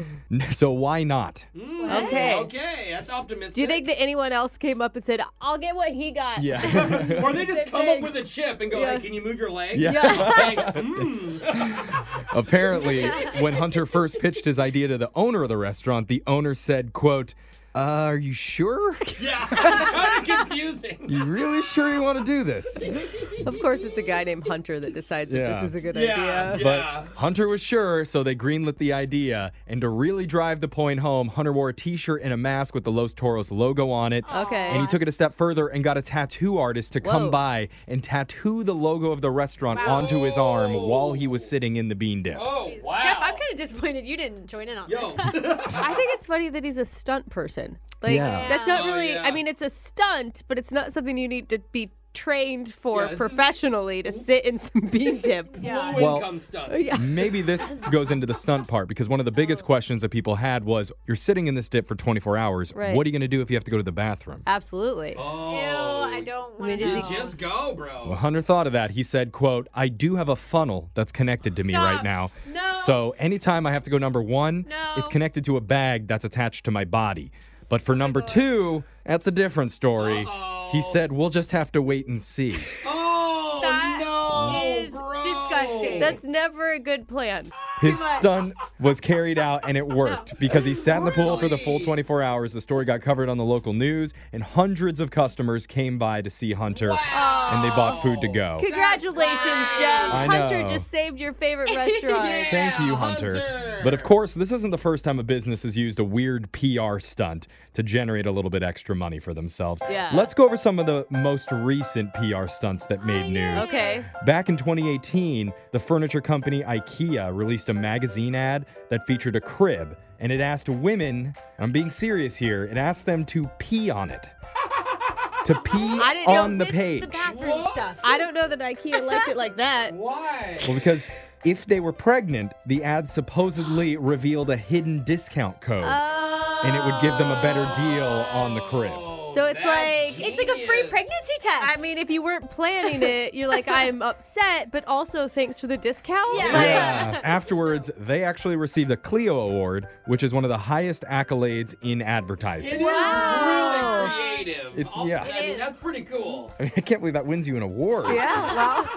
Speaker 3: So why not?
Speaker 2: Mm.
Speaker 5: Mm-hmm.
Speaker 8: Okay.
Speaker 2: Okay, that's optimistic.
Speaker 8: Do you think that anyone else came up and said, I'll get what he got?
Speaker 3: Yeah.
Speaker 2: Or they just come
Speaker 8: thing.
Speaker 2: up with a chip and go,
Speaker 8: Yeah.
Speaker 2: hey, can you move your leg?
Speaker 3: Yeah.
Speaker 2: Thanks. Mm.
Speaker 3: Apparently, when Hunter first pitched his idea to the owner of the restaurant, the owner said, quote, uh, are you sure?
Speaker 2: Yeah. kind of confusing.
Speaker 3: You really sure you want to do this?
Speaker 8: Of course, it's a guy named Hunter that decides that
Speaker 3: Yeah.
Speaker 8: this is a good
Speaker 2: Yeah.
Speaker 8: idea.
Speaker 3: But
Speaker 2: Yeah.
Speaker 3: Hunter was sure, so they greenlit the idea. And to really drive the point home, Hunter wore a t shirt and a mask with the Los Toros logo on it.
Speaker 8: Okay.
Speaker 3: And he took it a step further and got a tattoo artist to come
Speaker 8: Whoa.
Speaker 3: by and tattoo the logo of the restaurant onto his arm while he was sitting in the bean dip.
Speaker 2: Oh, wow.
Speaker 5: Jeff, I'm kind of disappointed you didn't join in on
Speaker 2: Yo.
Speaker 5: this.
Speaker 8: I think it's funny that he's a stunt person. Like,
Speaker 3: Yeah.
Speaker 8: that's not
Speaker 2: Oh,
Speaker 8: really,
Speaker 2: yeah.
Speaker 8: I mean, it's a stunt, but it's not something you need to be trained for
Speaker 2: Yeah, this is-
Speaker 8: professionally to sit in some bean dip.
Speaker 5: Yeah.
Speaker 2: Low
Speaker 3: Well-
Speaker 2: income stuff.
Speaker 3: Maybe this goes into the stunt part because one of the
Speaker 8: Oh.
Speaker 3: biggest questions that people had was you're sitting in this dip for 24 hours.
Speaker 8: Right.
Speaker 3: What are you going to do if you have to go to the bathroom?
Speaker 8: Absolutely.
Speaker 5: Ew, I don't want
Speaker 8: mean,
Speaker 5: to.
Speaker 8: does
Speaker 5: know.
Speaker 8: he
Speaker 2: Oh. Just go, bro.
Speaker 3: Well, Hunter thought of that. He said, quote, I do have a funnel that's connected to me
Speaker 5: Stop.
Speaker 3: right now.
Speaker 5: No.
Speaker 3: So anytime I have to go number one,
Speaker 5: No.
Speaker 3: it's connected to a bag that's attached to my body. But
Speaker 5: Oh
Speaker 3: for number two, that's a different story. He said, we'll just have to wait and see.
Speaker 2: Oh,
Speaker 5: That
Speaker 2: no,
Speaker 5: is
Speaker 2: bro.
Speaker 5: disgusting.
Speaker 8: That's never a good plan.
Speaker 3: His stunt was carried out and it worked because he sat in the pool for the full 24 hours. The story got covered on the local news, and hundreds of customers came by to see Hunter and they bought food to
Speaker 2: Oh.
Speaker 3: go.
Speaker 8: Congratulations, Jeff.
Speaker 3: I
Speaker 8: Hunter
Speaker 3: know.
Speaker 8: just saved your favorite restaurant.
Speaker 3: Thank you,
Speaker 2: Yeah,
Speaker 3: Hunter.
Speaker 2: Hunter.
Speaker 3: But of course, this isn't the first time a business has used a weird PR stunt to generate a little bit extra money for themselves.
Speaker 8: Yeah.
Speaker 3: Let's go over some of the most recent PR stunts that made news.
Speaker 8: Okay.
Speaker 3: Back in 2018, the furniture company IKEA released a magazine ad that featured a crib, and it asked women, I'm being serious here, it asked them to pee on it. to pee
Speaker 8: I didn't know
Speaker 3: on the
Speaker 5: With
Speaker 3: page.
Speaker 5: The bathroom stuff.
Speaker 8: I don't know that IKEA liked it like that.
Speaker 2: Why?
Speaker 3: Well, because if they were pregnant, the ad supposedly revealed a hidden discount code, and it would give them a better deal on the crib.
Speaker 2: Oh.
Speaker 8: So it's
Speaker 2: that's
Speaker 8: like-
Speaker 5: It's like a free
Speaker 2: genius.
Speaker 5: pregnancy test.
Speaker 8: I mean, if you weren't planning it, you're like, I'm upset, but also thanks for the discount.
Speaker 5: Yeah.
Speaker 8: Like,
Speaker 3: Yeah. Afterwards, they actually received a Clio Award, which is one of the highest accolades in
Speaker 2: It
Speaker 3: advertising.
Speaker 2: is
Speaker 8: Wow.
Speaker 2: really creative.
Speaker 3: It-
Speaker 2: I'll-
Speaker 3: yeah.
Speaker 2: I mean, that's pretty cool.
Speaker 3: I, mean, I can't believe that wins you an award.
Speaker 8: yeah, wow.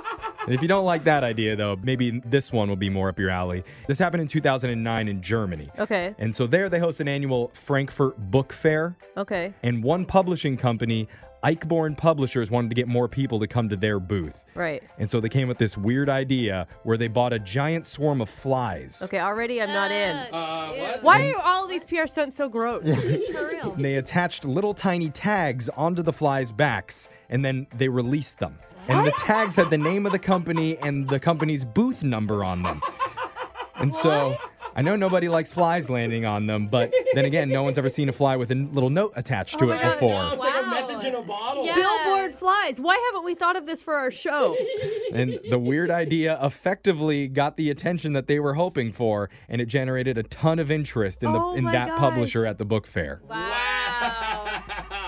Speaker 3: If you don't like that idea, though, maybe this one will be more up your alley. This happened in 2009 in Germany.
Speaker 8: Okay.
Speaker 3: And so there they host an annual Frankfurt Book Fair.
Speaker 8: Okay.
Speaker 3: and one publishing company Ikeborn Publishers wanted to get more people to come to their booth.
Speaker 1: Right.
Speaker 3: And so they came with this weird idea where they bought a giant swarm of flies.
Speaker 1: Okay, already I'm not in.
Speaker 10: Uh, what?
Speaker 1: Why are all these PR stunts so gross?
Speaker 11: For real.
Speaker 3: And they attached little tiny tags onto the flies' backs and then they released them. And the tags had the name of the company and the company's booth number on them. And so I know nobody likes flies landing on them, but then again, no one's ever seen a fly with a n- little note attached
Speaker 1: Oh
Speaker 3: to it before.
Speaker 10: Oh No, it's like a
Speaker 11: Wow.
Speaker 10: message in a bottle.
Speaker 11: Yeah.
Speaker 1: Billboard flies. Why haven't we thought of this for our show?
Speaker 3: And the weird idea effectively got the attention that they were hoping for, and it generated a ton of interest in the
Speaker 1: Oh
Speaker 3: in
Speaker 1: my
Speaker 3: that
Speaker 1: gosh.
Speaker 3: publisher at the book fair.
Speaker 11: Wow.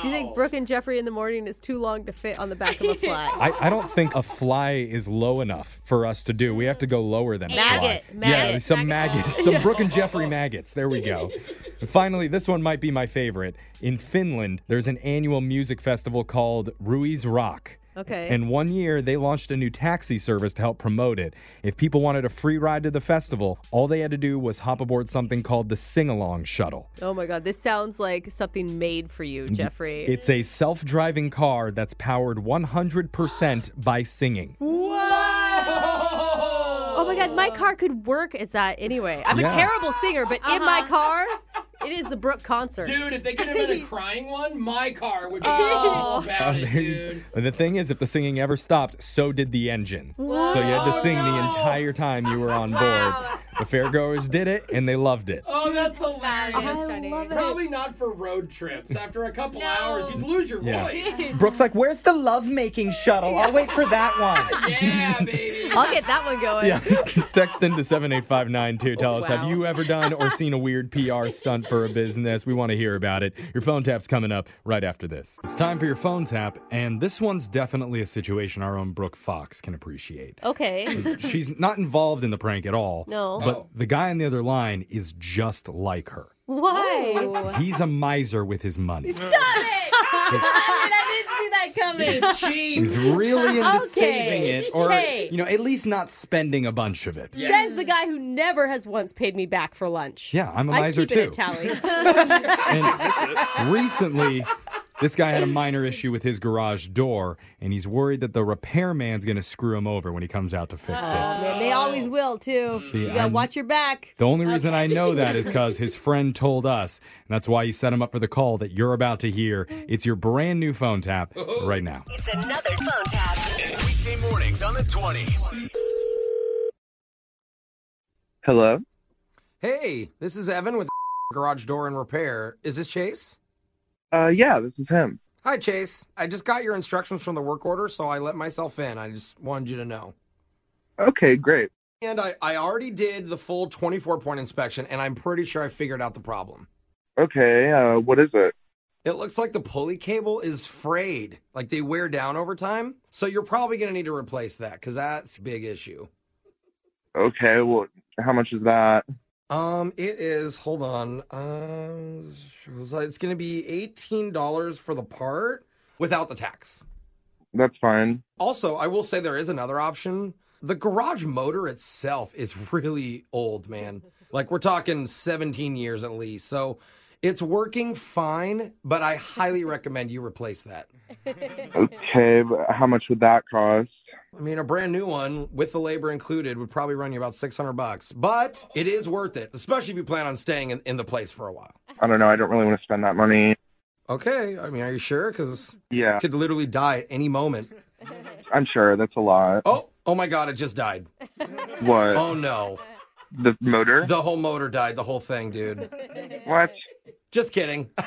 Speaker 1: Do you think Brooke and Jeffrey in the morning is too long to fit on the back of a fly?
Speaker 3: I, I don't think a fly is low enough for us to do. We have to go lower than
Speaker 5: Maggot,
Speaker 3: a fly. Yeah,
Speaker 5: maggot.
Speaker 3: some
Speaker 11: Maggot.
Speaker 3: maggots, some Brooke and Jeffrey maggots. There we go. And finally, this one might be my favorite. In Finland, there's an annual music festival called Rui's Rock.
Speaker 1: Okay.
Speaker 3: And one year, they launched a new taxi service to help promote it. If people wanted a free ride to the festival, all they had to do was hop aboard something called the Sing Along Shuttle.
Speaker 1: oh my God, this sounds like something made for you, Jeffrey.
Speaker 3: It's a self driving car that's powered 100% by singing.
Speaker 1: Oh my god, my car could work as that anyway. I'm
Speaker 3: Yeah.
Speaker 1: a terrible singer, but in my
Speaker 11: Uh-huh.
Speaker 1: car, it is the Brooke concert.
Speaker 10: Dude, if they could have been a crying one, my car would be all about it, dude.
Speaker 3: But the thing is, if the singing ever stopped, so did the engine. So you had to sing the entire time you were on board.
Speaker 11: Wow.
Speaker 3: The fairgoers did it, and they loved it.
Speaker 10: Oh, that's hilarious.
Speaker 11: That is funny.
Speaker 10: Probably not for road trips. After a couple
Speaker 11: No.
Speaker 10: hours, you'd lose your
Speaker 3: Yeah.
Speaker 10: voice.
Speaker 3: Brooke's like, "Where's the lovemaking shuttle? I'll wait for that one."
Speaker 10: yeah, baby.
Speaker 1: I'll get that one going.
Speaker 3: Yeah. Text into 78592. Tell us, have
Speaker 1: Wow.
Speaker 3: you ever done or seen a weird PR stunt for a business? We want to hear about it. Your phone tap's coming up right after this. It's time for your phone tap, and this one's definitely a situation our own Brooke Fox can appreciate.
Speaker 5: Okay.
Speaker 3: She's not involved in the prank at all.
Speaker 5: No.
Speaker 3: But the guy on the other line is just like her.
Speaker 5: Why?
Speaker 3: He's a miser with his money.
Speaker 5: I didn't see that coming.
Speaker 10: It's cheap.
Speaker 3: He's really into
Speaker 5: Okay.
Speaker 3: saving it, or
Speaker 5: Hey.
Speaker 3: you know, at least not spending a bunch of it.
Speaker 10: Yeah.
Speaker 5: Says the guy who never has once paid me back for lunch.
Speaker 3: Yeah, I'm a
Speaker 5: I'm
Speaker 3: miser
Speaker 5: keeping
Speaker 3: too.
Speaker 5: it tally.
Speaker 3: And recently, this guy had a minor issue with his garage door, and he's worried that the repairman's going to screw him over when he comes out to fix it.
Speaker 5: Oh, Man, they always will too.
Speaker 3: See,
Speaker 5: you gotta
Speaker 3: I'm-
Speaker 5: watch your back.
Speaker 3: The only reason I know that is because his friend told us, and that's why he set him up for the call that you're about to hear. It's your brand new phone tap right now.
Speaker 12: It's another phone tap.
Speaker 13: Weekday mornings on the 20s.
Speaker 14: Hello?
Speaker 2: Hey, this is Evan with Garage Door and Repair. Is this Chase?
Speaker 14: Uh, yeah, this is him.
Speaker 2: Hi, Chase. I just got your instructions from the work order, so I let myself in. I just wanted you to know.
Speaker 14: Okay, great.
Speaker 2: And I, I already did the full 24 point inspection, and I'm pretty sure I figured out the problem.
Speaker 14: Okay, uh, what is it?
Speaker 2: It looks like the pulley cable is frayed, like they wear down over time. So you're probably going to need to replace that because that's a big issue.
Speaker 14: Okay, well, how much is that?
Speaker 2: Um, it is. Hold on. Um, it's going to be eighteen dollars for the part without the tax.
Speaker 14: That's fine.
Speaker 2: Also, I will say there is another option. The garage motor itself is really old, man. Like we're talking 17 years at least. So it's working fine, but I highly recommend you replace that.
Speaker 14: Okay, but how much would that cost?
Speaker 2: I mean, a brand new one with the labor included would probably run you about 600 bucks, but it is worth it, especially if you plan on staying in, in the place for a while.
Speaker 14: I don't know, I don't really want to spend that money.
Speaker 2: Okay, I mean, are you sure? Because
Speaker 14: Yeah,
Speaker 2: it could literally die at any moment.
Speaker 14: I'm sure, that's a lot.
Speaker 2: Oh, oh my God, it just died.
Speaker 14: Uh, What?
Speaker 2: Oh no,
Speaker 14: The motor?
Speaker 2: the whole motor died, the whole thing, dude.
Speaker 14: What?
Speaker 2: Just kidding.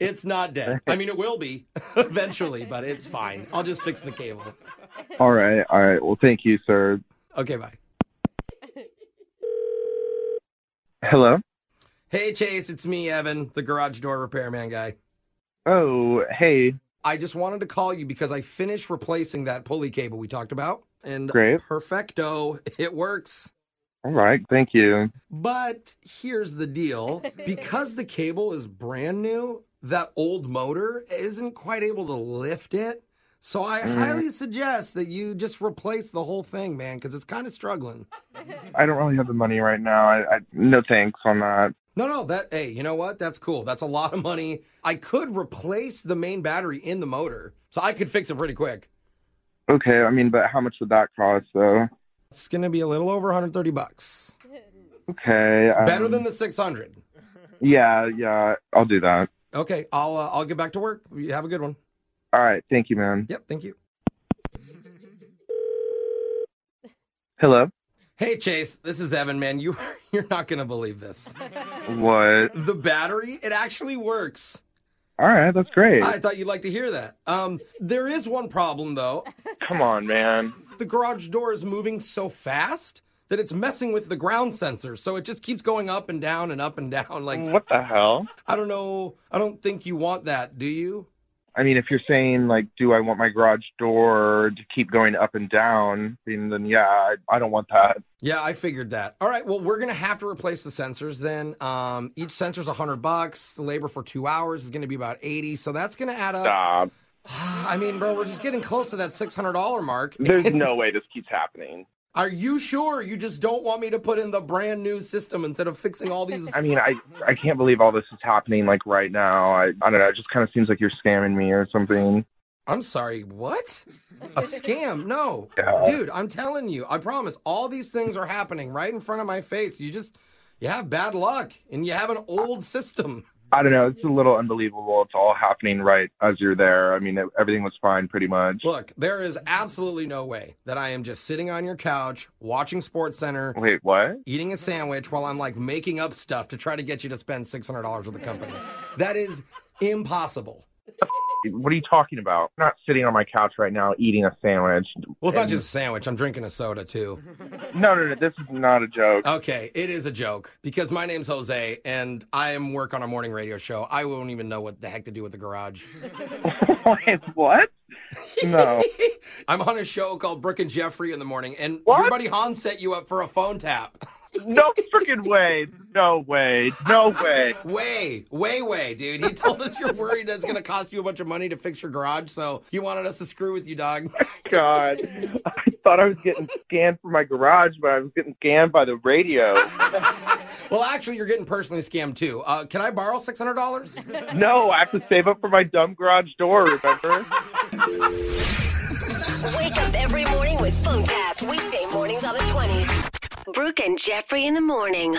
Speaker 2: it's not dead. I mean, it will be eventually, but it's fine. I'll just fix the cable.
Speaker 14: All right, all right. Well, thank you, sir.
Speaker 2: Okay, bye.
Speaker 14: Hello?
Speaker 2: Hey, Chase, it's me, Evan, the garage door repairman guy.
Speaker 14: Oh, hey.
Speaker 2: I just wanted to call you because I finished replacing that pulley cable we talked about. And
Speaker 14: Great.
Speaker 2: perfecto, it works.
Speaker 14: All right, thank you.
Speaker 2: But here's the deal because the cable is brand new, that old motor isn't quite able to lift it. So I highly suggest that you just replace the whole thing, man, because it's kind of struggling.
Speaker 14: I don't really have the money right now. I, I no thanks on that.
Speaker 2: No, no, that hey, you know what? That's cool. That's a lot of money. I could replace the main battery in the motor, so I could fix it pretty quick.
Speaker 14: Okay, I mean, but how much would that cost though?
Speaker 2: It's gonna be a little over 130 bucks.
Speaker 14: Okay,
Speaker 2: It's better
Speaker 14: um,
Speaker 2: than the 600.
Speaker 14: Yeah, yeah, I'll do that.
Speaker 2: Okay, I'll uh, I'll get back to work. You have a good one.
Speaker 14: All right, thank you, man.
Speaker 2: Yep, thank you.
Speaker 14: Hello.
Speaker 2: Hey Chase, this is Evan. Man, you you're not gonna believe this.
Speaker 14: What?
Speaker 2: The battery, it actually works.
Speaker 14: All right, that's great.
Speaker 2: I thought you'd like to hear that. Um, there is one problem though.
Speaker 14: Come on, man.
Speaker 2: The garage door is moving so fast that it's messing with the ground sensor, so it just keeps going up and down and up and down. Like
Speaker 14: What the hell?
Speaker 2: I don't know. I don't think you want that, do you?
Speaker 14: I mean, if you're saying like, do I want my garage door to keep going up and down? Then, then yeah, I, I don't want that.
Speaker 2: Yeah, I figured that. All right, well, we're gonna have to replace the sensors then. Um, each sensor's a hundred bucks. The labor for two hours is gonna be about eighty, so that's gonna add up.
Speaker 14: Stop.
Speaker 2: I mean, bro, we're just getting close to that six hundred dollar mark.
Speaker 15: There's no way this keeps happening.
Speaker 2: Are you sure you just don't want me to put in the brand new system instead of fixing all these?
Speaker 14: I mean, I I can't believe all this is happening like right now. I I don't know. It just kind of seems like you're scamming me or something.
Speaker 2: I'm sorry, what? A scam? No.
Speaker 15: Uh,
Speaker 14: Yeah.
Speaker 2: Dude, I'm telling you, I promise, all these things are happening right in front of my face. You just, you have bad luck and you have an old system.
Speaker 14: I don't know. It's a little unbelievable. It's all happening right as you're there. I mean, e-, everything was fine pretty much.
Speaker 2: Look, there is absolutely no way that I am just sitting on your couch watching Sports Center,
Speaker 14: Wait, what?
Speaker 2: eating a sandwich while I'm like making up stuff to try to get you to spend $600 with the company. That is impossible.
Speaker 14: What are you talking about? I'm not sitting on my couch right now eating a sandwich.
Speaker 2: Well, it's not
Speaker 14: And-
Speaker 2: just a sandwich. I'm drinking a soda too.
Speaker 14: No, no, no. This is not a joke.
Speaker 2: Okay, it is a joke because my name's Jose and I am work on a morning radio show. I won't even know what the heck to do with the garage.
Speaker 14: Wait, what? No.
Speaker 2: I'm on a show called Brooke and Jeffrey in the morning, and your buddy Han set you up for a phone tap.
Speaker 14: No freaking way. No way. No way.
Speaker 2: Way, way, way, dude. He told us you're worried that's going to cost you a bunch of money to fix your garage, so he wanted us to screw with you, dog.
Speaker 14: God. I thought I was getting scanned for my garage, but I was getting scanned by the radio.
Speaker 2: Well, actually, you're getting personally scammed too. Uh, can I borrow six hundred dollars?
Speaker 14: No, I have to save up for my dumb garage door, remember?
Speaker 13: Wake up every morning with phone taps. Weekday mornings on the 20s. Brooke and Jeffrey in the morning.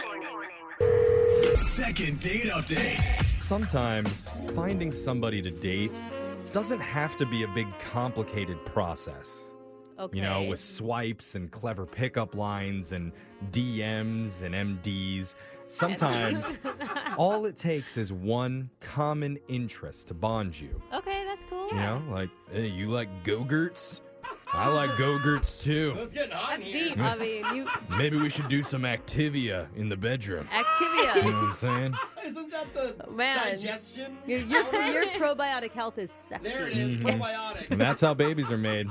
Speaker 16: Second date update.
Speaker 3: Sometimes finding somebody to date doesn't have to be a big complicated process.
Speaker 1: Okay.
Speaker 3: You know, with swipes and clever pickup lines and DMs and MDs. Sometimes all it takes is one common interest to bond you.
Speaker 1: Okay, that's cool.
Speaker 3: You know, like, hey, you like go-gurts? I like go-gurts too.
Speaker 10: It's getting hot.
Speaker 1: That's deep.
Speaker 3: Yeah.
Speaker 1: I mean, you
Speaker 3: Maybe we should do some Activia in the bedroom. You know what
Speaker 1: Activia.
Speaker 3: I'm saying?
Speaker 10: Isn't that the
Speaker 1: Man.
Speaker 10: digestion?
Speaker 1: Your, your, your probiotic health is sexy.
Speaker 10: There it is,
Speaker 3: Mhm.
Speaker 10: probiotic.
Speaker 3: And that's how babies are made.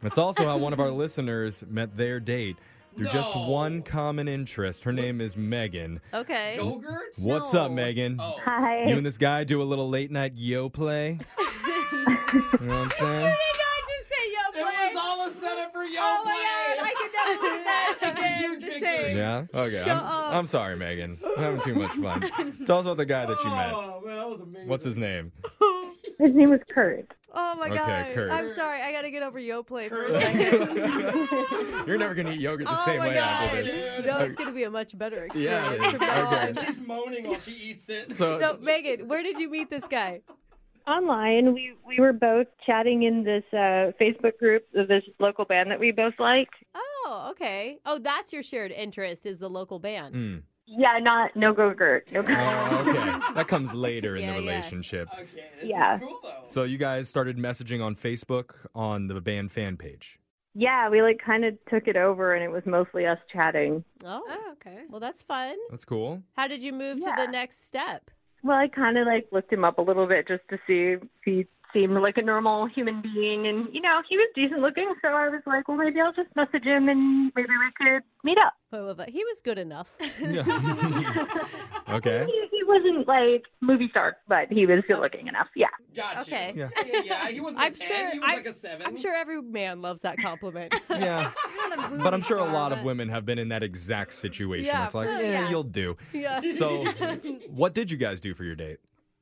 Speaker 3: That's also how one of our listeners met their date through just
Speaker 10: No.
Speaker 3: one common interest. Her name is Megan.
Speaker 1: Okay.
Speaker 10: Yogurt?
Speaker 3: What's up, Megan?
Speaker 10: Oh.
Speaker 17: Hi.
Speaker 3: You and this guy do a little late night yo play? you know what I'm saying?
Speaker 10: It was all a setup for yo
Speaker 17: Oh my
Speaker 10: play.
Speaker 17: God, I could never do that again. The same.
Speaker 3: Yeah? Okay.
Speaker 17: Shut
Speaker 3: I'm,
Speaker 17: up.
Speaker 3: I'm sorry, Megan. I'm having too much fun. Tell us about the guy that you met.
Speaker 10: Oh, man, that was amazing.
Speaker 3: What's his name?
Speaker 17: His name is Kurt.
Speaker 18: Oh my
Speaker 3: Okay,
Speaker 18: god.
Speaker 3: Kurt.
Speaker 18: I'm sorry. I got to get over Yoplait for a second.
Speaker 3: You're never going to eat yogurt the
Speaker 18: Oh
Speaker 3: same
Speaker 18: my
Speaker 3: way
Speaker 18: God.
Speaker 3: I did.
Speaker 18: no, it's going to be a much better
Speaker 3: Yeah,
Speaker 18: experience
Speaker 3: it is.
Speaker 18: from now
Speaker 3: Okay.
Speaker 18: on.
Speaker 10: She's moaning while she eats it.
Speaker 3: So-
Speaker 18: No, Megan, where did you meet this guy?
Speaker 17: Online, we we were both chatting in this uh, Facebook group of this local band that we both like.
Speaker 1: Oh, okay. Oh, that's your shared interest is the local band.
Speaker 3: Mm.
Speaker 17: Yeah, not no go gurt. No go.
Speaker 3: Oh, okay. That comes later in
Speaker 1: Yeah,
Speaker 3: the
Speaker 1: yeah.
Speaker 3: relationship.
Speaker 10: Okay, this
Speaker 17: Yeah.
Speaker 10: is cool though.
Speaker 3: So you guys started messaging on Facebook on the band fan page.
Speaker 17: Yeah, we like kind of took it over, and it was mostly us chatting.
Speaker 1: Oh.
Speaker 19: Oh, okay.
Speaker 1: Well, that's fun.
Speaker 3: That's cool.
Speaker 1: How did you move to
Speaker 17: Yeah.
Speaker 1: the next step?
Speaker 17: Well, I kind of like looked him up a little bit just to see if he seemed like a normal human being, and you know he was decent looking, so I was like, well, maybe I'll just message him, and maybe we could meet up.
Speaker 1: Oh I love it. He was good enough.
Speaker 3: Yeah. okay.
Speaker 17: He, he wasn't like movie star, but he was good looking enough. Yeah.
Speaker 2: Gotcha.
Speaker 4: Okay.
Speaker 2: Yeah. he wasn't
Speaker 4: I'm
Speaker 2: a 10,
Speaker 4: sure.
Speaker 2: he was
Speaker 4: I'm,
Speaker 2: like a 7.
Speaker 4: I'm sure every man loves that compliment.
Speaker 3: Yeah. But I'm sure a lot of women have been in that exact situation.
Speaker 4: Yeah,
Speaker 3: it's like,
Speaker 4: well,
Speaker 3: yeah,
Speaker 4: yeah.
Speaker 3: you'll do.
Speaker 4: Yeah.
Speaker 3: So, what did you guys do for your date?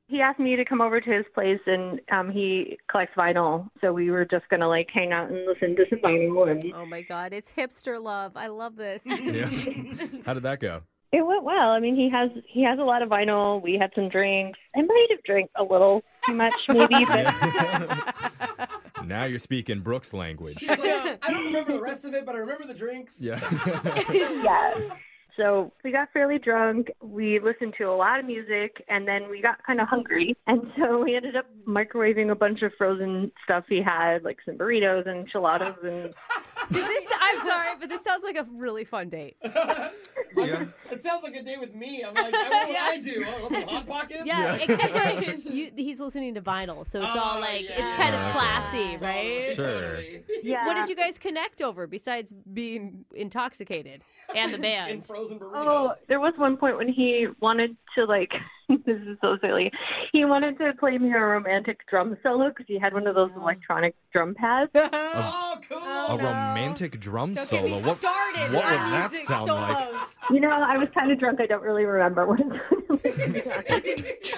Speaker 17: He asked me to come over to his place, and um, he collects vinyl, so we were just gonna like hang out and listen to some vinyl. And
Speaker 1: Oh my God, it's hipster love. I love this.
Speaker 3: Yeah. How did that go?
Speaker 17: it went well. I mean, he has he has a lot of vinyl. We had some drinks. I might have drank a little too much, maybe, but
Speaker 3: Now you're speaking Brooks language.
Speaker 2: She's like, I don't remember the rest of it, but I remember the drinks.
Speaker 3: Yeah.
Speaker 17: yes. So we got fairly drunk. We listened to a lot of music, and then we got kind of hungry. And so we ended up microwaving a bunch of frozen stuff he had, like some burritos and enchiladas. And
Speaker 4: Did this? I'm sorry, but this sounds like a really fun date.
Speaker 2: It sounds like a day with me. I'm like, I want what I do. Oh, want some Hot Pockets?
Speaker 1: Yeah, except for you, he's listening to vinyl, so
Speaker 2: Oh,
Speaker 1: it's all like it's kind
Speaker 3: Yeah,
Speaker 1: of
Speaker 3: okay.
Speaker 1: classy, right?
Speaker 3: Sure.
Speaker 17: Yeah.
Speaker 1: What did you guys connect over besides being intoxicated and the band? and
Speaker 2: frozen
Speaker 17: oh, there was one point when he wanted to like. this is so silly. He wanted to play me a romantic drum solo because he had one of those electronic drum pads.
Speaker 3: Oh,
Speaker 2: cool.
Speaker 3: a romantic drum
Speaker 17: Don't get
Speaker 3: solo.
Speaker 17: me
Speaker 3: what
Speaker 17: started
Speaker 3: what
Speaker 17: on
Speaker 3: would that
Speaker 17: music
Speaker 3: sound like?
Speaker 17: you know, I was kind of drunk. I don't really remember what.
Speaker 3: That's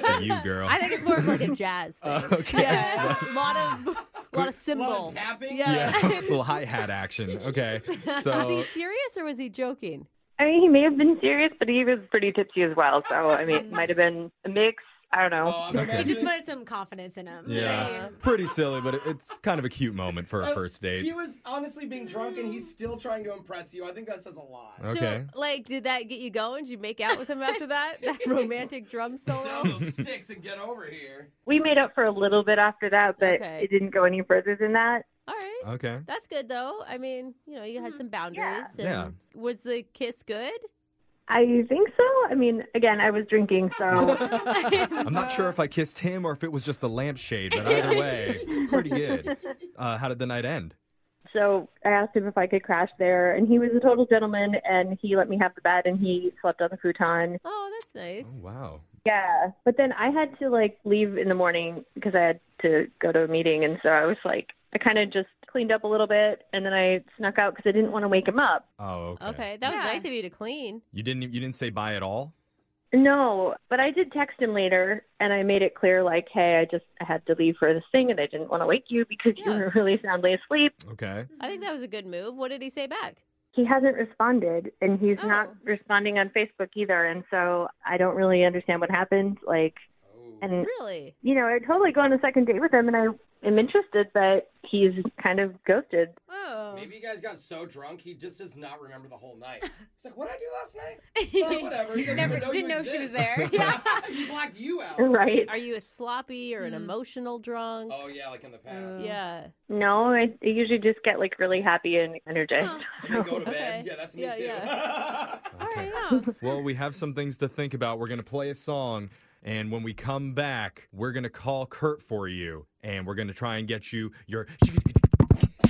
Speaker 3: for you, girl.
Speaker 1: I think it's more of like a jazz thing.
Speaker 3: Uh, okay.
Speaker 1: Yeah, a lot of a lot of cymbal tapping. Yeah.
Speaker 3: Yeah. little hi hat action. Okay.
Speaker 1: Was he
Speaker 3: So,
Speaker 1: serious or was he joking?
Speaker 17: I mean, he may have been serious, but he was pretty tipsy as well. So I mean, it might have been a mix. I don't know.
Speaker 3: Oh, Okay.
Speaker 5: He just wanted some confidence in him.
Speaker 3: yeah. Pretty silly, but it- it's kind of a cute moment for a
Speaker 2: Uh,
Speaker 3: first
Speaker 2: He
Speaker 3: date.
Speaker 2: was honestly being drunk, and he's still trying to impress you. I think that says a lot.
Speaker 3: Okay.
Speaker 1: So, like, did that get you going? Did you make out with him after that? That romantic drum solo?
Speaker 2: those sticks and get over here.
Speaker 17: We made up for a little bit after that, but
Speaker 1: Okay.
Speaker 17: it didn't go any further than that.
Speaker 1: All right.
Speaker 3: Okay.
Speaker 1: That's good though. I mean, you know, you
Speaker 17: Mm,
Speaker 1: had some boundaries.
Speaker 3: Yeah.
Speaker 1: And Was the kiss good?
Speaker 17: I think so. I mean, again, I was drinking, so
Speaker 3: I'm not sure if I kissed him or if it was just the lampshade, but either way, pretty good. Uh, how did the night end?
Speaker 17: so I asked him if I could crash there, and he was a total gentleman, and he let me have the bed, and he slept on the futon.
Speaker 1: Oh, that's nice.
Speaker 3: wow.
Speaker 17: Yeah, but then I had to like leave in the morning because I had to go to a meeting, and so I was like, I kind of just cleaned up a little bit, and then I snuck out because I didn't want to wake him up.
Speaker 3: Oh, okay.
Speaker 1: Okay, that was nice of you to clean.
Speaker 3: You didn't e, you didn't say bye at all?
Speaker 17: No, but I did text him later, and I made it clear like, hey, I just I had to leave for this thing, and I didn't want to wake you because you were really soundly asleep.
Speaker 3: Okay.
Speaker 1: I
Speaker 17: Mm-hmm.
Speaker 1: think that was a good move. What did he say back?
Speaker 17: He hasn't responded, and he's not responding on Facebook either, and so I don't really understand what happened. Like,
Speaker 3: Oh.
Speaker 17: and
Speaker 1: Really?
Speaker 17: you know, I'd totally go on a second date with him, and I am interested, but he's kind of ghosted.
Speaker 2: Maybe you guys got so drunk he just does not remember the whole night. He's like, "What did I do last night? Oh, whatever." He doesn't
Speaker 5: Never-
Speaker 2: even know
Speaker 5: didn't
Speaker 2: you
Speaker 5: know she was
Speaker 2: exist.
Speaker 5: there.
Speaker 2: he blacked you out.
Speaker 1: Are you a sloppy
Speaker 5: Mm.
Speaker 1: or an emotional drunk?
Speaker 2: Oh yeah, like in the past.
Speaker 1: Yeah.
Speaker 17: No, I, I usually just get like really happy and energized.
Speaker 2: And then go to bed. Yeah, that's me
Speaker 1: Yeah,
Speaker 2: too.
Speaker 3: Well, we have some things to think about. We're going to play a song. And when we come back, we're going to call Kurt for you. And we're going to try and get you your.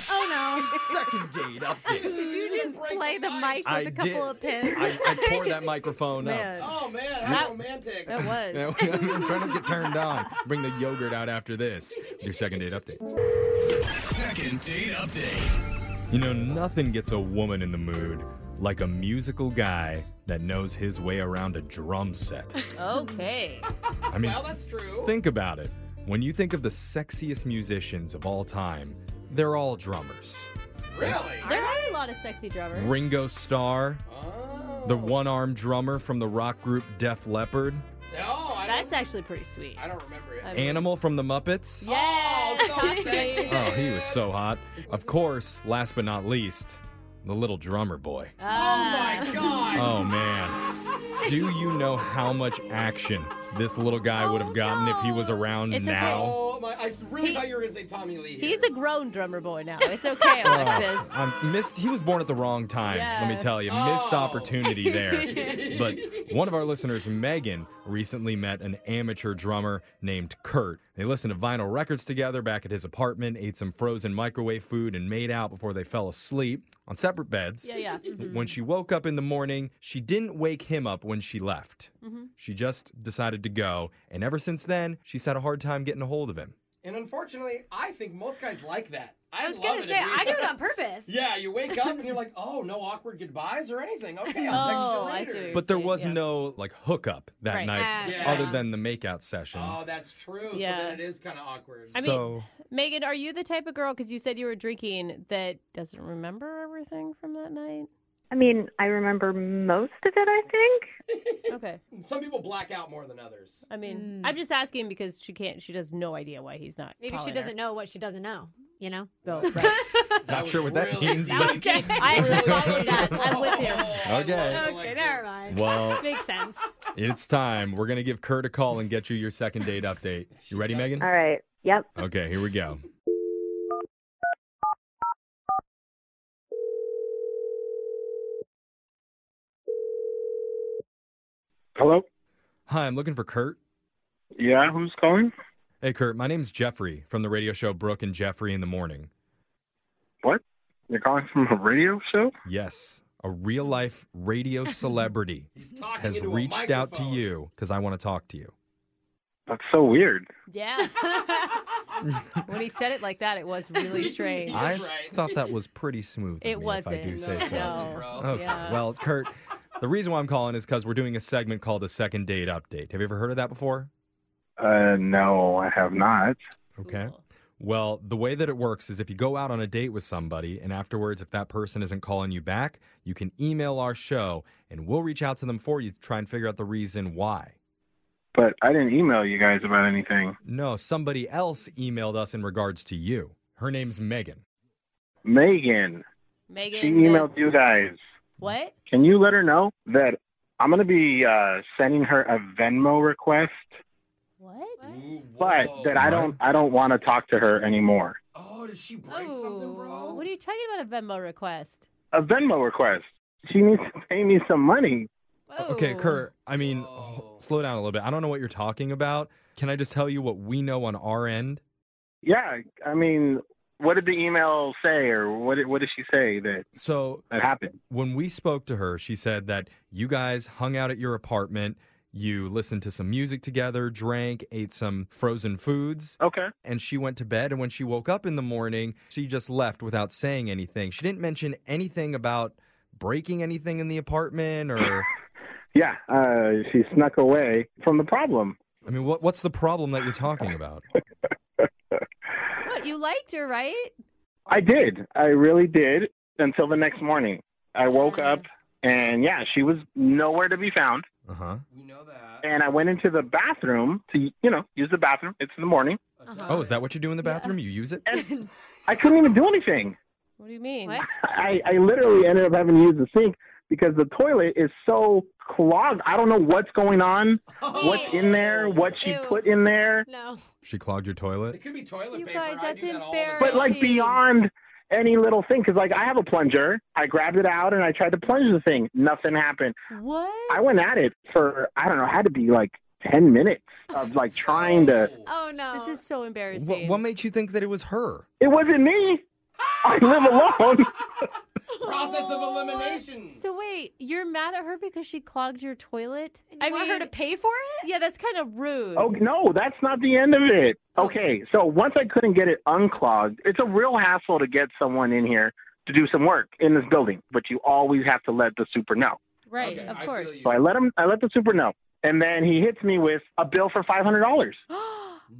Speaker 1: Oh
Speaker 3: Second date update.
Speaker 1: Did you just play the mic with
Speaker 3: I
Speaker 1: a couple
Speaker 3: did.
Speaker 1: of pins?
Speaker 3: I, I tore that microphone
Speaker 1: Man.
Speaker 3: up.
Speaker 2: Oh man, how
Speaker 1: That-
Speaker 2: romantic.
Speaker 1: That was.
Speaker 3: Yeah, I'm trying to get turned on. Bring the yogurt out after this. Your second date update.
Speaker 9: Second date update.
Speaker 3: You know, nothing gets a woman in the mood like a musical guy that knows his way around a drum set.
Speaker 1: Okay.
Speaker 3: I mean,
Speaker 2: well, that's true.
Speaker 3: Think about it. When you think of the sexiest musicians of all time, they're all drummers.
Speaker 2: Really?
Speaker 1: There are a lot of sexy drummers.
Speaker 3: Ringo Starr, the one armed drummer from the rock group Def Leppard,
Speaker 1: That's actually pretty sweet. I
Speaker 2: don't remember it.
Speaker 3: Animal from the Muppets.
Speaker 1: Yes, Tom Petty.
Speaker 3: Oh, he was so hot. Of course, last but not least, the little drummer boy.
Speaker 1: Ah.
Speaker 2: Oh my god.
Speaker 3: Oh man. Do you know how much action this little guy would have gotten if he was around
Speaker 1: It's okay.
Speaker 3: now?
Speaker 2: Oh my! I I really thought you were going to say Tommy Lee.
Speaker 1: He's a grown drummer boy now. It's okay, Alexis.
Speaker 3: Oh, I'm missed. He was born at the wrong time. Let me
Speaker 1: Yeah.
Speaker 3: tell you, missed
Speaker 1: Oh.
Speaker 3: opportunity there. but one of our listeners, Megan, recently met an amateur drummer named Kurt. They listened to vinyl records together back at his apartment, ate some frozen microwave food, and made out before they fell asleep on separate beds.
Speaker 1: Yeah, yeah. Mhm.
Speaker 3: When she woke up in the morning, she didn't wake him up when she left. She just decided to go, and ever since then, she's had a hard time getting a hold of him.
Speaker 2: And unfortunately, I think most guys like that.
Speaker 5: I
Speaker 2: I
Speaker 5: was
Speaker 2: love
Speaker 5: gonna
Speaker 2: it if
Speaker 5: say,
Speaker 2: we-
Speaker 5: I do it on purpose.
Speaker 2: Yeah, you wake up and you're like, oh, no awkward goodbyes or anything. Okay, I'll
Speaker 1: Oh, I
Speaker 2: text you
Speaker 1: see.
Speaker 2: later.
Speaker 3: But there was no like hookup that
Speaker 1: Right.
Speaker 3: night,
Speaker 1: Ah,
Speaker 2: Yeah.
Speaker 3: other than the makeout session.
Speaker 2: Oh, that's true.
Speaker 1: Yeah.
Speaker 2: So then it is kind of awkward.
Speaker 1: I mean,
Speaker 3: so
Speaker 1: Megan, are you the type of girl, because you said you were drinking, that doesn't remember everything from that night?
Speaker 17: I mean, I remember most of it, I think.
Speaker 1: Okay.
Speaker 2: Some people black out more than others.
Speaker 1: I mean, I'm just asking because she can't, she has no idea why he's not.
Speaker 5: Maybe she
Speaker 1: calling her.
Speaker 5: doesn't know what she doesn't know. You know.
Speaker 3: not sure what that means.
Speaker 5: That
Speaker 3: but-
Speaker 5: was good.
Speaker 1: I actually followed that. I'm with
Speaker 2: Oh,
Speaker 1: you.
Speaker 3: okay.
Speaker 5: Okay, never mind.
Speaker 3: Well-
Speaker 5: makes sense.
Speaker 3: It's time. We're going to give Kurt a call and get you your second date update. You ready, Megan?
Speaker 17: All right. Yep.
Speaker 3: Okay, here we go.
Speaker 20: Hello?
Speaker 3: Hi, I'm looking for Kurt.
Speaker 20: Yeah, who's calling?
Speaker 3: Hey, Kurt, my name's Jeffrey from the radio show Brooke and Jeffrey in the Morning.
Speaker 20: What? You're calling from a radio show?
Speaker 3: Yes, a real life radio celebrity has reached out to you because I want to talk to you.
Speaker 20: That's so weird.
Speaker 1: Yeah. when he said it like that, it was really strange.
Speaker 3: I thought that was pretty smooth. of
Speaker 1: It
Speaker 3: me,
Speaker 1: wasn't.
Speaker 3: If I do say
Speaker 1: No,
Speaker 3: so.
Speaker 1: it wasn't, bro.
Speaker 3: Okay.
Speaker 1: Yeah.
Speaker 3: Oh, Well, Kurt, the reason why I'm calling is because we're doing a segment called the Second Date Update. Have you ever heard of that before?
Speaker 20: Uh, no, I have not.
Speaker 3: Okay. Well, the way that it works is if you go out on a date with somebody and afterwards, if that person isn't calling you back, you can email our show and we'll reach out to them for you to try and figure out the reason why.
Speaker 20: But I didn't email you guys about anything.
Speaker 3: No, somebody else emailed us in regards to you. Her name's Megan.
Speaker 20: Megan,
Speaker 1: Megan.
Speaker 20: she
Speaker 1: the-
Speaker 20: emailed you guys.
Speaker 1: What?
Speaker 20: Can you let her know that I'm going to be uh, sending her a Venmo request,
Speaker 1: What?
Speaker 20: but that I don't I don't want to talk to her anymore.
Speaker 2: Oh, did she
Speaker 1: break something, bro? What are you talking about? A Venmo request?
Speaker 20: A Venmo request. She needs to pay me some money.
Speaker 3: Okay, Kurt, I mean,
Speaker 20: Oh.
Speaker 3: h- slow down a little bit. I don't know what you're talking about. Can I just tell you what we know on our end?
Speaker 20: Yeah, I mean, what did the email say, or what did, what did she say that
Speaker 3: So
Speaker 20: that happened?
Speaker 3: when we spoke to her, she said that you guys hung out at your apartment, you listened to some music together, drank, ate some frozen foods.
Speaker 20: Okay.
Speaker 3: And she went to bed. And when she woke up in the morning, she just left without saying anything. She didn't mention anything about breaking anything in the apartment or.
Speaker 20: Yeah, uh, she snuck away from the problem.
Speaker 3: I mean, what, what's the problem that you're talking about?
Speaker 1: What? You liked her, right?
Speaker 20: I did. I really did until the next morning. I woke up and yeah, she was nowhere to be found.
Speaker 3: Uh huh.
Speaker 20: And I went into the bathroom to, you know, use the bathroom. It's in the morning.
Speaker 3: Oh, is that what you do in the bathroom? You use it?
Speaker 20: I couldn't even do anything.
Speaker 1: What do you mean?
Speaker 20: I, I literally ended up having to use the sink because the toilet is so clogged. I don't know what's going on, what's in there, what she put in there.
Speaker 5: No.
Speaker 3: She clogged your toilet?
Speaker 2: Could be toilet
Speaker 1: You
Speaker 2: paper.
Speaker 1: guys, that's embarrassing.
Speaker 20: But like beyond any little thing, because like I have a plunger. I grabbed it out and I tried to plunge the thing. Nothing happened.
Speaker 1: What?
Speaker 20: I went at it for I don't know, had to be like ten minutes of like trying to.
Speaker 5: Oh no.
Speaker 1: This is so embarrassing.
Speaker 3: What, what made you think that it was her?
Speaker 20: It wasn't me. I live alone.
Speaker 2: Process of elimination.
Speaker 1: So wait, you're mad at her because she clogged your toilet? I
Speaker 5: want her to pay for it?
Speaker 1: Yeah, that's kind of rude.
Speaker 20: Oh no, that's not the end of it. Okay, so once I couldn't get it unclogged, it's a real hassle to get someone in here to do some work in this building. But you always have to let the super know.
Speaker 1: Right, of course.
Speaker 20: So I let him. I let the super know, and then he hits me with a bill for five hundred dollars.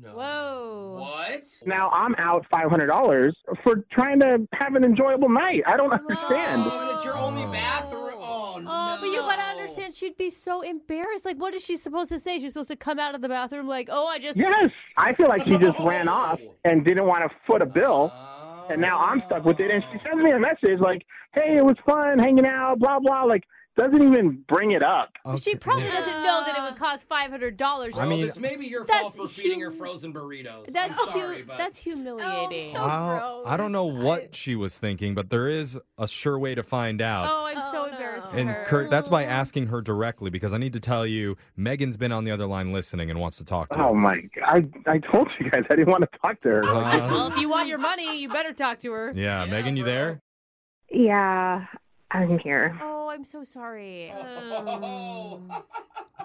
Speaker 5: Whoa.
Speaker 2: What?
Speaker 20: Now I'm out five hundred dollars for trying to have an enjoyable night. I don't understand.
Speaker 2: But Oh, it's your only bathroom. Oh, no.
Speaker 1: Oh, but you gotta understand, she'd be so embarrassed. Like, what is she supposed to say? She's supposed to come out of the bathroom like, "Oh, I just
Speaker 20: Yes, I feel like she just ran off and didn't want to foot a bill, and now I'm stuck with it. And she sends me a message like, "Hey, it was fun hanging out, blah blah." Like doesn't even bring it up.
Speaker 1: She probably doesn't know that it would cost five hundred dollars.
Speaker 20: I mean-
Speaker 1: it's
Speaker 2: maybe your
Speaker 1: that's
Speaker 2: fault for feeding
Speaker 1: hum-
Speaker 2: her frozen burritos.
Speaker 1: Mm. That's
Speaker 2: I'm sorry,
Speaker 1: hu-
Speaker 2: but
Speaker 1: that's
Speaker 5: Oh,
Speaker 1: humiliating.
Speaker 3: I'll- I don't know what she was thinking, but there is a sure way to find out.
Speaker 1: Oh, I'm so embarrassed. for
Speaker 3: And
Speaker 1: her.
Speaker 3: Kurt, that's by asking her directly because I need to tell you, Megan's been on the other line listening and wants to talk to you.
Speaker 20: Oh my! I I told you guys I didn't want to talk to her.
Speaker 1: well, if you want your money, you better talk to her.
Speaker 3: Yeah, Megan, you there?
Speaker 17: Yeah, I'm here.
Speaker 1: Oh, I'm so sorry.
Speaker 2: Oh.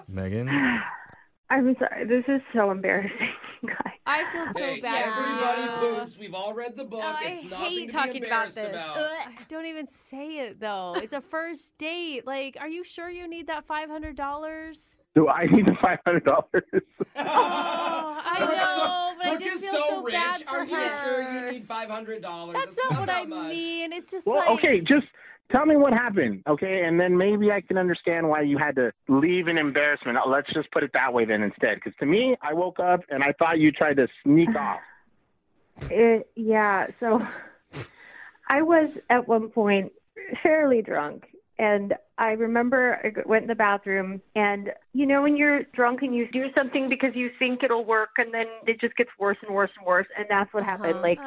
Speaker 3: Megan?
Speaker 17: I'm sorry. This is so embarrassing.
Speaker 1: I feel so
Speaker 2: Hey,
Speaker 1: bad.
Speaker 2: everybody
Speaker 1: for you. Oh,
Speaker 2: poops. We've all read the book. it's nothing to be embarrassed about.
Speaker 1: Ugh. Don't even say it though. It's a first date. Like, are you sure you need that five hundred dollars?
Speaker 20: Do I need the five hundred dollars?
Speaker 1: I know, but I
Speaker 2: Brooke
Speaker 1: just
Speaker 2: is
Speaker 1: feel
Speaker 2: so,
Speaker 1: so
Speaker 2: rich.
Speaker 1: bad for
Speaker 2: Are you sure
Speaker 1: her.
Speaker 2: you need five hundred dollars?
Speaker 1: That's not what I mean. It's just
Speaker 20: Well,
Speaker 1: like
Speaker 20: okay, just tell me what happened, okay, and then maybe I can understand why you had to leave in embarrassment. Uh, Let's just put it that way then instead, because to me, I woke up and I thought you tried to sneak off.
Speaker 17: It, yeah, so I was at one point fairly drunk. And I remember I g- went in the bathroom, and you know, when you're drunk and you do something because you think it'll work, and then it just gets worse and worse and worse. And that's what happened. Like,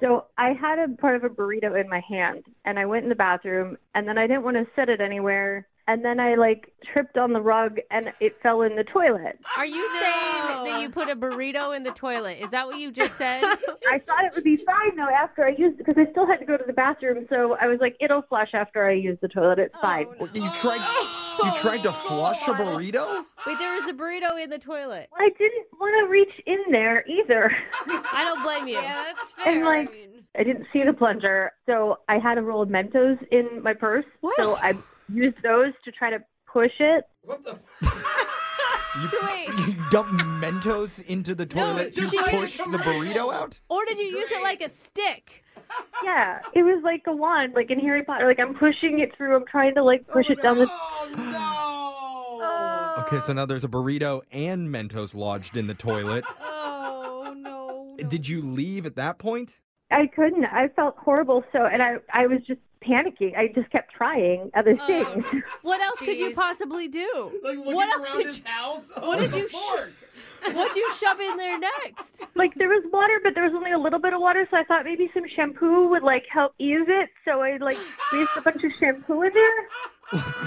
Speaker 17: so I had a part of a burrito in my hand, and I went in the bathroom, and then I didn't want to set it anywhere. And then I like tripped on the rug and it fell in the toilet.
Speaker 1: Are you saying that you put a burrito in the toilet? Is that what you just said?
Speaker 17: I thought it would be fine though after I used because I still had to go to the bathroom, so I was like, it'll flush after I use the toilet.
Speaker 1: Oh,
Speaker 17: It's fine.
Speaker 21: You tried you tried to flush a burrito?
Speaker 1: Wait, there was a burrito in the toilet.
Speaker 17: I didn't want to reach in there either,
Speaker 1: I don't blame you. Yeah, that's
Speaker 17: and like I didn't see the plunger, so I had a roll of Mentos in my purse. So I used those to try to push it.
Speaker 2: What the?
Speaker 21: You,
Speaker 1: wait.
Speaker 21: you dumped Mentos into the toilet
Speaker 1: she
Speaker 21: to
Speaker 1: was-
Speaker 21: push the burrito out?
Speaker 1: Or did you use it like a stick?
Speaker 17: Yeah, it was like a wand, like in Harry Potter. Like I'm pushing it through. I'm trying to like
Speaker 1: Oh,
Speaker 17: push it down the.
Speaker 3: Okay, so now there's a burrito and Mentos lodged in the toilet.
Speaker 5: Oh no.
Speaker 3: Did you leave at that point?
Speaker 17: I couldn't. I felt horrible. So and I I was just panicking. I just kept trying other things.
Speaker 1: What else could you
Speaker 17: Jeez.
Speaker 1: possibly do?
Speaker 2: Like looking
Speaker 1: what else
Speaker 2: around
Speaker 1: did
Speaker 2: his
Speaker 1: you,
Speaker 2: house?
Speaker 1: What
Speaker 2: with
Speaker 1: did
Speaker 2: a
Speaker 1: you
Speaker 2: fork.
Speaker 1: sho- What'd you shove in there next?
Speaker 17: like there was water, but there was only a little bit of water, so I thought maybe some shampoo would like help ease it. So I like squeezed a bunch of shampoo in there.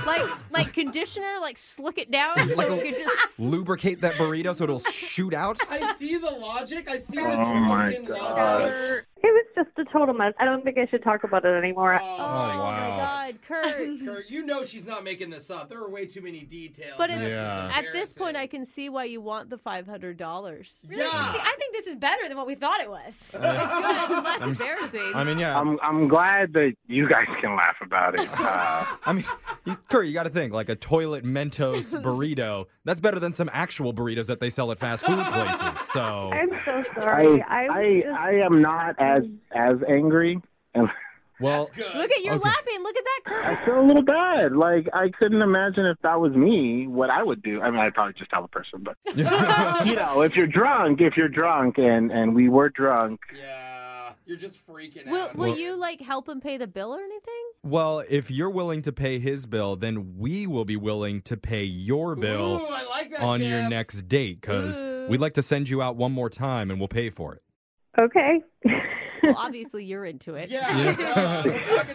Speaker 1: Like like conditioner, like slick it down so
Speaker 3: Like
Speaker 1: it could just
Speaker 3: Lubricate that burrito so it'll shoot out?
Speaker 2: I see the logic. I see the
Speaker 3: Oh my
Speaker 2: drunken
Speaker 3: God.
Speaker 2: logic.
Speaker 17: It was just a total mess. I don't think I should talk about it anymore.
Speaker 2: Oh,
Speaker 3: wow.
Speaker 1: God, Kurt.
Speaker 2: Kurt, you know she's not making this up. There are way too many details.
Speaker 1: But it's,
Speaker 2: This is
Speaker 3: Yeah.
Speaker 1: at this point, I can see why you want the five hundred dollars.
Speaker 5: Really? See, I think this is better than what we thought it was.
Speaker 3: Uh,
Speaker 1: it's less
Speaker 20: I'm-
Speaker 1: embarrassing.
Speaker 3: I mean, yeah.
Speaker 20: I'm I'm glad that you guys can laugh about it. Uh,
Speaker 3: I mean, you, Kurt, you got to think like a toilet Mentos burrito. That's better than some actual burritos that they sell at fast food places. So
Speaker 17: I'm so
Speaker 20: I
Speaker 17: sorry. I,
Speaker 20: I, I am not as as angry. And
Speaker 3: well,
Speaker 1: Look at you're
Speaker 20: Okay.
Speaker 1: laughing. Look at that, Kurt.
Speaker 20: I feel a little bad. Like I couldn't imagine if that was me, what I would do. I mean, I'd probably just tell the person, but you know, if you're drunk, if you're drunk, and and we were drunk,
Speaker 2: You're just freaking
Speaker 1: Will
Speaker 2: out.
Speaker 1: Will you like help him pay the bill or anything?
Speaker 3: well, if you're willing to pay his bill, then we will be willing to pay your bill
Speaker 2: Ooh, I like that,
Speaker 3: on your
Speaker 2: Jeff.
Speaker 3: next date because we'd like to send you out one more time and we'll pay for it.
Speaker 17: okay.
Speaker 1: Well, obviously you're into it.
Speaker 3: Yeah.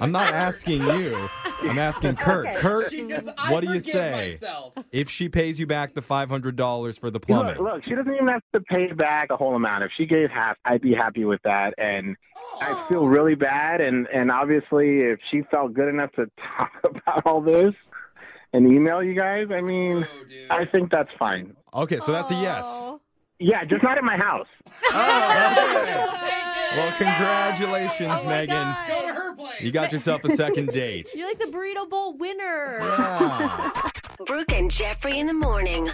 Speaker 3: I'm not asking you. I'm asking Kurt.
Speaker 1: Okay.
Speaker 3: Kurt,
Speaker 1: She goes,
Speaker 2: "I
Speaker 3: what do you
Speaker 2: forgive
Speaker 3: say
Speaker 2: myself."
Speaker 3: if she pays you back the $500 for the
Speaker 20: look,
Speaker 3: plumbing?
Speaker 20: look, she doesn't even have to pay back a whole amount. If she gave half, I'd be happy with that, and I feel really bad. And and obviously, if she felt good enough to talk about all this and email you guys, I mean, I think that's fine.
Speaker 3: Okay, so that's a yes.
Speaker 1: Oh.
Speaker 20: Yeah, just not at my house.
Speaker 3: Oh, Well, congratulations,
Speaker 1: Oh
Speaker 3: Megan.
Speaker 2: Go to her place.
Speaker 3: You got yourself a second date.
Speaker 1: You're like the burrito bowl winner.
Speaker 13: Brooke and Jeffrey in the morning.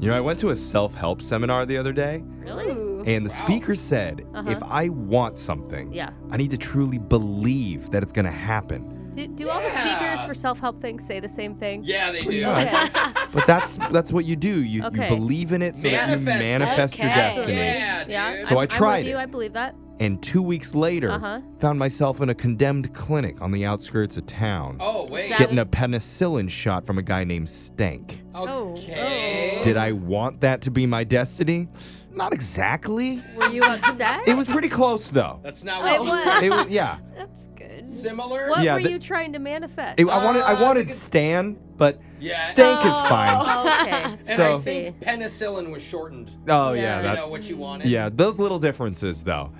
Speaker 3: You know, I went to a self help seminar the other day,
Speaker 1: Really?
Speaker 3: and the speaker said
Speaker 1: Uh-huh.
Speaker 3: if I want something,
Speaker 1: Yeah.
Speaker 3: I need to truly believe that it's going to happen.
Speaker 1: Do, do all the speakers for self help things say the same thing?
Speaker 2: Yeah, they do.
Speaker 1: Okay.
Speaker 3: But that's that's what you do. You,
Speaker 1: Okay.
Speaker 3: you believe in it so that you
Speaker 2: Manifest it.
Speaker 3: manifest your
Speaker 1: Okay.
Speaker 3: destiny.
Speaker 1: Yeah.
Speaker 3: So I
Speaker 1: I'm- I'm
Speaker 3: tried
Speaker 1: with you.
Speaker 3: it.
Speaker 1: I believe that.
Speaker 3: And two weeks later,
Speaker 1: Uh-huh.
Speaker 3: found myself in a condemned clinic on the outskirts of town.
Speaker 1: Oh, wait.
Speaker 3: Getting a penicillin shot from a guy named Stank.
Speaker 1: Okay.
Speaker 3: Did I want that to be my destiny? Not exactly.
Speaker 1: Oh, Were you upset?
Speaker 3: It was pretty close, though.
Speaker 2: That's not
Speaker 8: It was.
Speaker 3: It was, yeah.
Speaker 8: That's
Speaker 5: good.
Speaker 2: Similar.
Speaker 8: What
Speaker 3: Yeah,
Speaker 8: were
Speaker 3: the-
Speaker 8: you trying to manifest?
Speaker 3: It- I wanted,
Speaker 1: Oh,
Speaker 3: I wanted Stan, but Stank is
Speaker 2: Oh,
Speaker 4: Oh,
Speaker 3: fine.
Speaker 8: okay.
Speaker 2: And
Speaker 3: So-
Speaker 2: I think penicillin was shortened.
Speaker 3: Oh yeah,
Speaker 2: you
Speaker 3: that-
Speaker 2: know what you wanted.
Speaker 3: Yeah, those little differences though.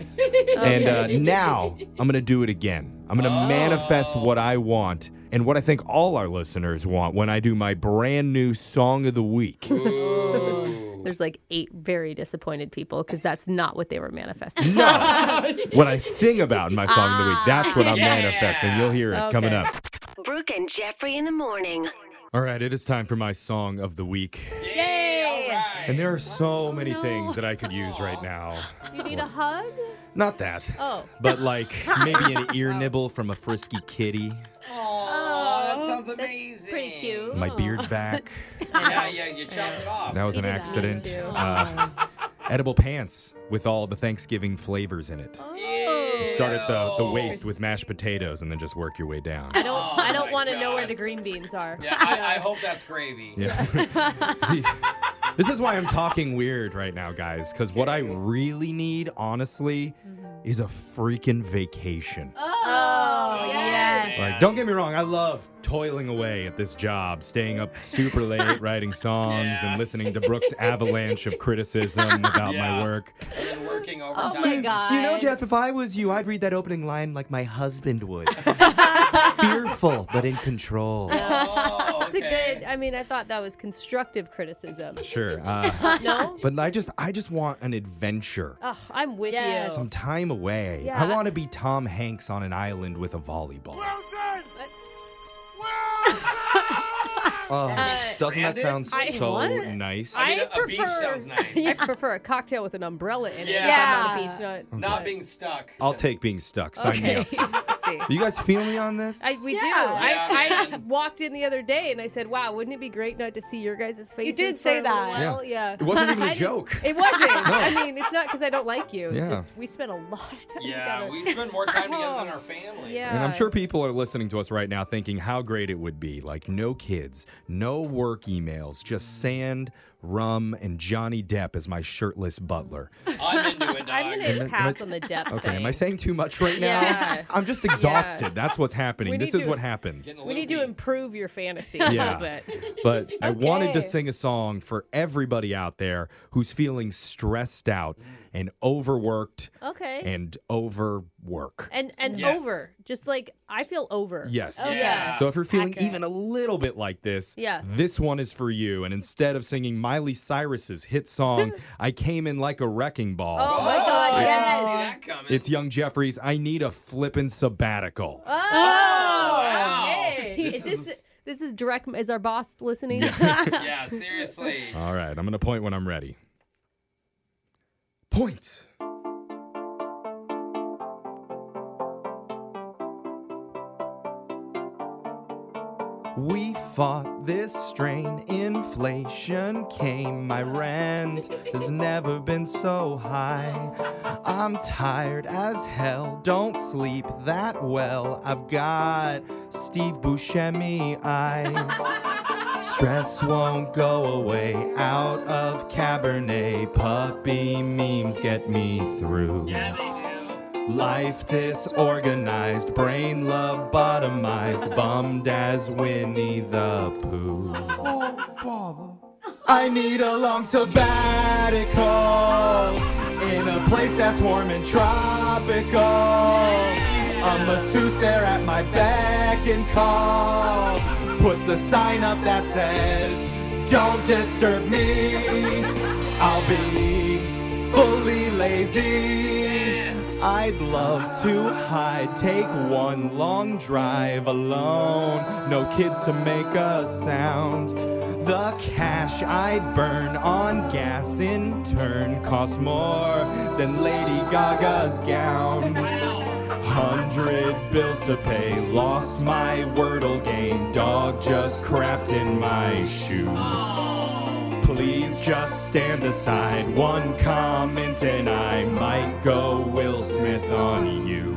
Speaker 3: And uh,
Speaker 2: Okay.
Speaker 3: now I'm gonna do it again. I'm gonna manifest what I want and what I think all our listeners want when I do my brand new song of the week.
Speaker 2: Oh.
Speaker 1: There's like eight very disappointed people because that's not what they were manifesting.
Speaker 3: what I sing about in my song of the week. That's what I'm
Speaker 13: Yeah.
Speaker 3: manifesting. You'll hear it coming
Speaker 13: Okay.
Speaker 3: up.
Speaker 13: Brooke and Jeffrey in the morning.
Speaker 3: All right, it is time for my song of the week.
Speaker 13: Yay!
Speaker 3: And there are so many things that I could use right now.
Speaker 8: Do you need a hug?
Speaker 3: Not that.
Speaker 8: Oh.
Speaker 3: But like maybe an ear nibble from a frisky kitty,
Speaker 2: Oh, that sounds amazing. pretty cute.
Speaker 3: my beard back.
Speaker 2: yeah, yeah, you chopped it off.
Speaker 3: That was an accident. Uh, edible pants with all the Thanksgiving flavors in it. You start at the, the waist with mashed potatoes and then just work your way down.
Speaker 1: I don't. I don't want to know where the green beans are.
Speaker 2: Oh Yeah, I, I hope that's gravy.
Speaker 3: Yeah. See, this is why I'm talking weird right now, guys, because what I really need, honestly, is a freaking vacation.
Speaker 5: Oh, yes.
Speaker 3: Like, don't get me wrong, I love toiling away at this job, staying up super late, writing songs, and listening to Brooke's avalanche of criticism about my work.
Speaker 2: And working overtime.
Speaker 1: Oh my god.
Speaker 3: You know, Jeff, if I was you, I'd read that opening line like my husband would. Fearful, but in control.
Speaker 2: Oh,
Speaker 1: It's a good. I mean, I thought that was constructive criticism.
Speaker 3: Sure. Uh,
Speaker 1: No.
Speaker 3: But I just, I just want an adventure.
Speaker 1: Ugh, I'm with you.
Speaker 3: Some time away. I
Speaker 1: Yeah.
Speaker 3: want to be Tom Hanks on an island with a volleyball.
Speaker 1: Uh,
Speaker 3: Oh,
Speaker 2: Uh,
Speaker 3: doesn't that sound
Speaker 4: I-
Speaker 3: so
Speaker 4: what?
Speaker 3: nice?
Speaker 4: I
Speaker 2: a beach
Speaker 4: prefer-
Speaker 2: sounds nice.
Speaker 4: I prefer a cocktail with an umbrella in it. if I'm on the beach, not-
Speaker 2: Not being stuck.
Speaker 3: I'll take being stuck. Sign me
Speaker 4: Okay.
Speaker 3: up. You guys feel me on this?
Speaker 1: I, we do.
Speaker 4: Yeah.
Speaker 1: I, I walked in the other day and I said, "Wow, wouldn't it be great not to see your guys' faces?"
Speaker 4: did
Speaker 1: for
Speaker 4: say
Speaker 1: a little
Speaker 4: that.
Speaker 1: while?"
Speaker 4: Yeah.
Speaker 1: Yeah.
Speaker 4: It wasn't even a
Speaker 1: I didn't-
Speaker 4: joke.
Speaker 1: It wasn't.
Speaker 4: No.
Speaker 1: I mean, it's not because I don't like you. It's
Speaker 3: Yeah.
Speaker 1: just we spent a lot of time
Speaker 2: Yeah,
Speaker 1: together.
Speaker 2: we spend more time together than our family.
Speaker 1: Yeah.
Speaker 3: And I'm sure people are listening to us right now thinking how great it would be. Like, no kids, no work emails,
Speaker 1: Mm.
Speaker 3: just sand, rum, and Johnny Depp as my shirtless butler.
Speaker 2: I'm into it,
Speaker 3: Am
Speaker 1: I'm
Speaker 3: I- am
Speaker 1: gonna
Speaker 3: I-
Speaker 1: pass on the depth.
Speaker 3: Okay,
Speaker 1: thing.
Speaker 3: am I saying too much right now?
Speaker 1: Yeah.
Speaker 3: I'm just exhausted. That's what's happening.
Speaker 1: We
Speaker 3: This
Speaker 1: need
Speaker 3: is
Speaker 1: to-
Speaker 3: what happens.
Speaker 1: We need to improve your fantasy a
Speaker 3: Yeah.
Speaker 1: little bit.
Speaker 3: But I wanted to
Speaker 1: Okay.
Speaker 3: sing a song for everybody out there who's feeling stressed out and overworked
Speaker 1: Mm. Okay.
Speaker 3: and overwork.
Speaker 1: And and
Speaker 3: Yes.
Speaker 1: over. Just like I feel over.
Speaker 3: Yes.
Speaker 1: Oh, yeah.
Speaker 3: So if you're feeling even a little bit like this,
Speaker 1: Yeah.
Speaker 3: this one is for you. And instead of singing Miley Cyrus's hit song, I Came In Like a Wrecking Ball,
Speaker 1: Oh my god, yes.
Speaker 3: it's Young Jeffries, I Need a Flippin' Sabbatical.
Speaker 1: Oh,
Speaker 2: wow.
Speaker 1: Hey. Is this this is direct is our boss listening?
Speaker 2: yeah, seriously.
Speaker 3: All right, I'm going to point when I'm ready. Point. We fought this strain, inflation came, my rent has never been so high. I'm tired as hell, don't sleep that well. I've got Steve Buscemi eyes. Stress won't go away, out of Cabernet, puppy memes get me through. Life disorganized, brain lobotomized, bummed as Winnie the Pooh. Oh, I need a long sabbatical in a place that's warm and tropical. A masseuse there at my beck and call. Put the sign up that says, Don't disturb me. I'll be fully lazy. I'd love to hide, take one long drive alone. No kids to make a sound. The cash I burn on gas in turn costs more than Lady Gaga's gown. Hundred bills to pay, lost my wordle game. Dog just crapped in my shoe. Please just stand aside. One comment and I might go Will Smith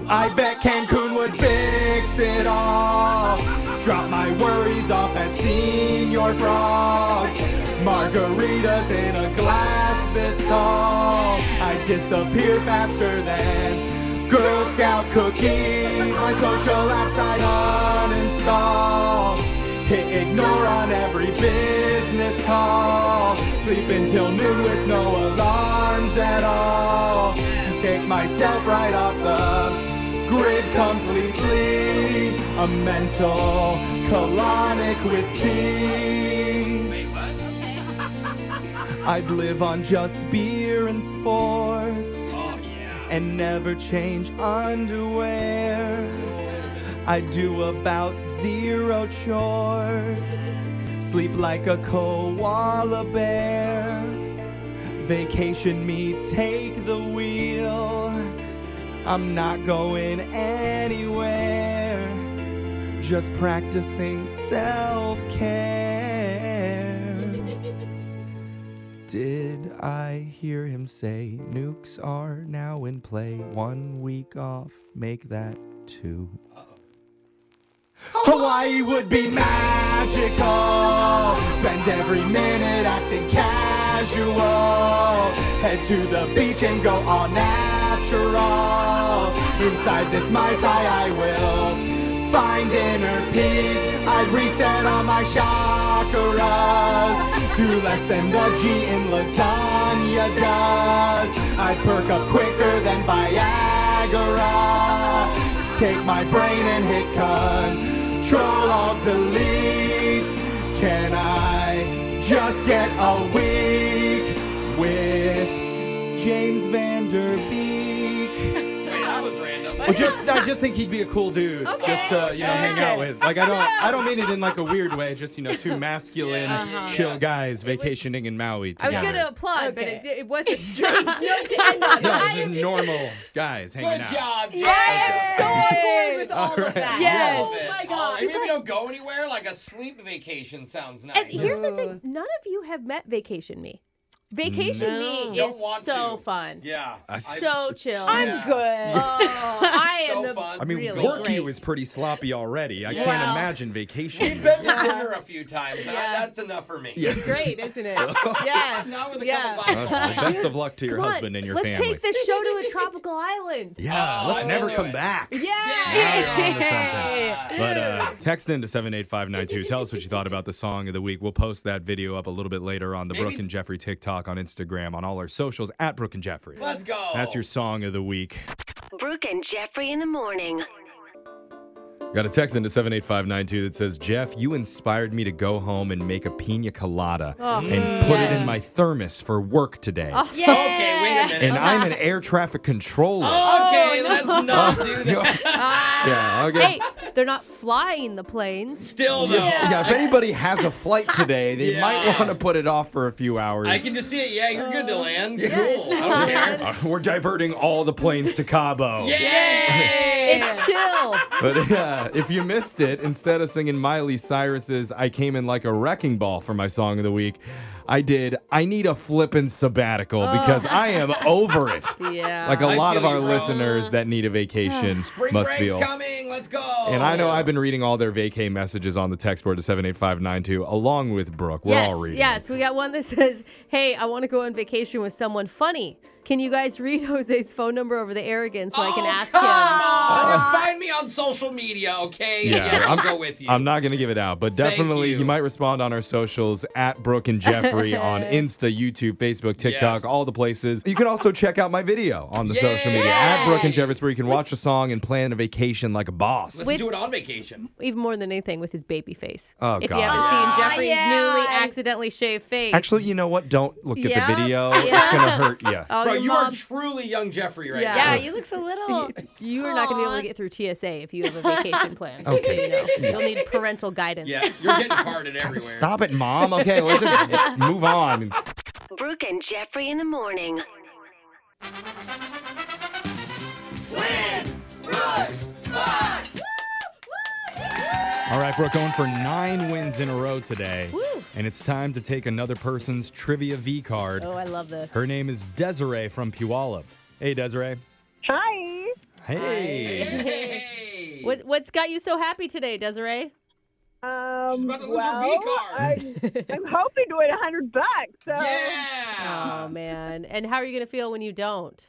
Speaker 10: I bet Cancun would fix it all. Drop my worries off at Senior Frogs. Margaritas in a glass this tall. I disappear faster than Girl Scout cookies. My social apps I uninstall. Hit ignore on every business call. Sleep until noon with no alarms at all. Take myself right off the grid completely. A mental colonic with tea. I'd live on just beer and sports. And never change underwear. I do about zero chores. Sleep like a koala bear. Vacation me, take the wheel. I'm not going anywhere. Just practicing self care. Did I hear him say nukes are now in play? One week off, make that two. Hawaii would be magical. Spend every minute acting casual. Head to the beach and go all natural. Inside this Mai Tai, I will find inner peace. I'd reset all my chakras to less than the G in lasagna does. I'd perk up quicker than Viagra. Take my brain and hit control alt delete. Can I just get a week with James Vanderbeek?
Speaker 2: that was random.
Speaker 10: Well, just I just think he'd be a cool dude, just to you know hang out with. Like I don't I don't mean it in like a weird way. Just you know two masculine,
Speaker 1: Uh-huh.
Speaker 10: chill guys vacationing in Maui
Speaker 4: I was
Speaker 10: together.
Speaker 4: going to applaud, but it, did- it was a strange note to end on.
Speaker 10: No,
Speaker 4: I
Speaker 10: just
Speaker 4: am-
Speaker 10: normal guys hanging out.
Speaker 4: I am so on board with
Speaker 2: Uh,
Speaker 4: all,
Speaker 10: All
Speaker 4: of that.
Speaker 10: right.
Speaker 2: Yes.
Speaker 4: Oh my
Speaker 2: Oh,
Speaker 4: God.
Speaker 2: even if you don't go anywhere, like a sleep vacation sounds nice.
Speaker 1: And here's the thing: none of you have met Vacation Me. Vacation
Speaker 2: No.
Speaker 1: Me
Speaker 2: Don't
Speaker 1: is
Speaker 2: want
Speaker 1: so
Speaker 2: to.
Speaker 1: fun.
Speaker 2: Yeah. I-
Speaker 1: so chill.
Speaker 2: I'm Yeah.
Speaker 1: good. Oh, I am
Speaker 2: So
Speaker 1: the.
Speaker 2: fun.
Speaker 3: I mean,
Speaker 1: really
Speaker 3: work
Speaker 1: great.
Speaker 3: you is pretty sloppy already. I
Speaker 2: Yeah.
Speaker 3: can't
Speaker 2: Well.
Speaker 3: imagine vacation.
Speaker 2: We've been to dinner a few times. and I- that's enough for me.
Speaker 3: Yeah.
Speaker 2: It's
Speaker 1: great, isn't it?
Speaker 4: Yeah.
Speaker 2: Not with a
Speaker 4: yeah.
Speaker 2: couple
Speaker 3: Okay, Uh, best of luck to your
Speaker 1: Come on,
Speaker 3: husband and your
Speaker 1: let's
Speaker 3: family.
Speaker 1: take this show to a tropical island.
Speaker 3: yeah,
Speaker 2: Oh,
Speaker 3: let's
Speaker 2: I
Speaker 3: never
Speaker 2: knew
Speaker 3: come
Speaker 2: it.
Speaker 3: back.
Speaker 1: Yeah.
Speaker 3: Ah, But uh, text into 78592. Tell us what you thought about the song of the week. We'll post that video up a little bit later on the Brooke and Jeffrey TikTok, on Instagram, on all our socials at Brooke and Jeffrey.
Speaker 13: Let's go.
Speaker 3: That's your song of the week.
Speaker 13: Brooke and Jeffrey in the morning.
Speaker 3: Got a text into 78592 that says, Jeff, you inspired me to go home and make a pina colada
Speaker 13: Oh,
Speaker 3: and put it
Speaker 13: yes.
Speaker 3: in my thermos for work today.
Speaker 1: Oh,
Speaker 13: Yeah.
Speaker 2: Okay, wait a minute.
Speaker 3: And I'm an air traffic controller.
Speaker 1: Oh,
Speaker 2: Okay, let's not
Speaker 3: Oh,
Speaker 2: do
Speaker 3: yo-
Speaker 2: that.
Speaker 1: Ah.
Speaker 3: yeah, okay.
Speaker 8: Hey, they're not flying the planes.
Speaker 2: Still, though.
Speaker 3: Yeah. if anybody has a flight today, they
Speaker 2: Yeah.
Speaker 3: might want to put it off for a few hours.
Speaker 2: I can just see it. Yeah, you're good
Speaker 1: Oh.
Speaker 2: to land.
Speaker 3: yeah,
Speaker 2: cool. I don't care.
Speaker 3: Uh, We're diverting all the planes to Cabo.
Speaker 8: It's chill.
Speaker 3: But yeah, if you missed it, instead of singing Miley Cyrus's I Came in Like a Wrecking Ball for my song of the week, I did I Need a Flippin' Sabbatical because
Speaker 1: Oh.
Speaker 3: I am over it.
Speaker 1: Yeah.
Speaker 3: Like a
Speaker 1: I
Speaker 3: lot of
Speaker 1: feel
Speaker 3: our
Speaker 1: you, bro.
Speaker 3: listeners that need a vacation
Speaker 2: Spring
Speaker 3: must
Speaker 2: break's
Speaker 3: feel.
Speaker 2: coming. Let's go.
Speaker 3: And I know I've been reading all their vacay messages on the text board to 78592 along with Brooke. We're
Speaker 1: yes,
Speaker 3: all reading.
Speaker 1: yes. We got one that says, "Hey, I want to go on vacation with someone funny. Can you guys read Jose's phone number over the air again so I
Speaker 2: Oh,
Speaker 1: can ask him?"
Speaker 2: Uh, find me on social media, okay? Yes, I'll go with you.
Speaker 3: I'm not going to give it out, but
Speaker 2: Thank
Speaker 3: definitely you.
Speaker 2: you.
Speaker 3: might respond on our socials at Brooke and Jeffrey on Insta, YouTube, Facebook, TikTok,
Speaker 2: Yes.
Speaker 3: all the places. You can also check out my video on the social media at Brooke and Jeffrey. It's where you can watch a song and plan a vacation like a boss.
Speaker 2: Let's do it on vacation.
Speaker 1: Even more than anything, with his baby face.
Speaker 3: Oh,
Speaker 1: if
Speaker 3: God.
Speaker 1: you haven't
Speaker 2: Aw,
Speaker 1: seen Jeffrey's
Speaker 2: yeah.
Speaker 1: newly accidentally shaved face,
Speaker 3: Actually, you know what? Don't look at
Speaker 1: Yeah.
Speaker 3: the video. It's
Speaker 1: Yeah.
Speaker 3: going to hurt you.
Speaker 1: Oh,
Speaker 2: Bro,
Speaker 1: your
Speaker 2: you are
Speaker 1: mom-
Speaker 2: truly young Jeffrey right
Speaker 1: Yeah.
Speaker 2: now.
Speaker 1: Yeah, you
Speaker 5: looks a little.
Speaker 1: you are not going to be able to get through TSA if you have a vacation plan. just so
Speaker 3: Okay.
Speaker 1: you know. You'll need parental guidance.
Speaker 2: Yeah, you're getting parted everywhere.
Speaker 3: Stop it, mom. Okay, let's just move on.
Speaker 13: Brooke and Jeffrey in the morning.
Speaker 3: All right, Brooke, going for nine wins in a row today. And it's time to take another person's trivia V card.
Speaker 1: Oh, I love this.
Speaker 3: Her name is Desiree from Puyallup. Hey, Desiree.
Speaker 22: Hi.
Speaker 3: Hey.
Speaker 1: What, what's got you so happy today, Desiree?
Speaker 22: Um,
Speaker 1: her
Speaker 22: well, I, am hoping to win a hundred bucks. So,
Speaker 1: Oh man! And how are you gonna feel when you don't?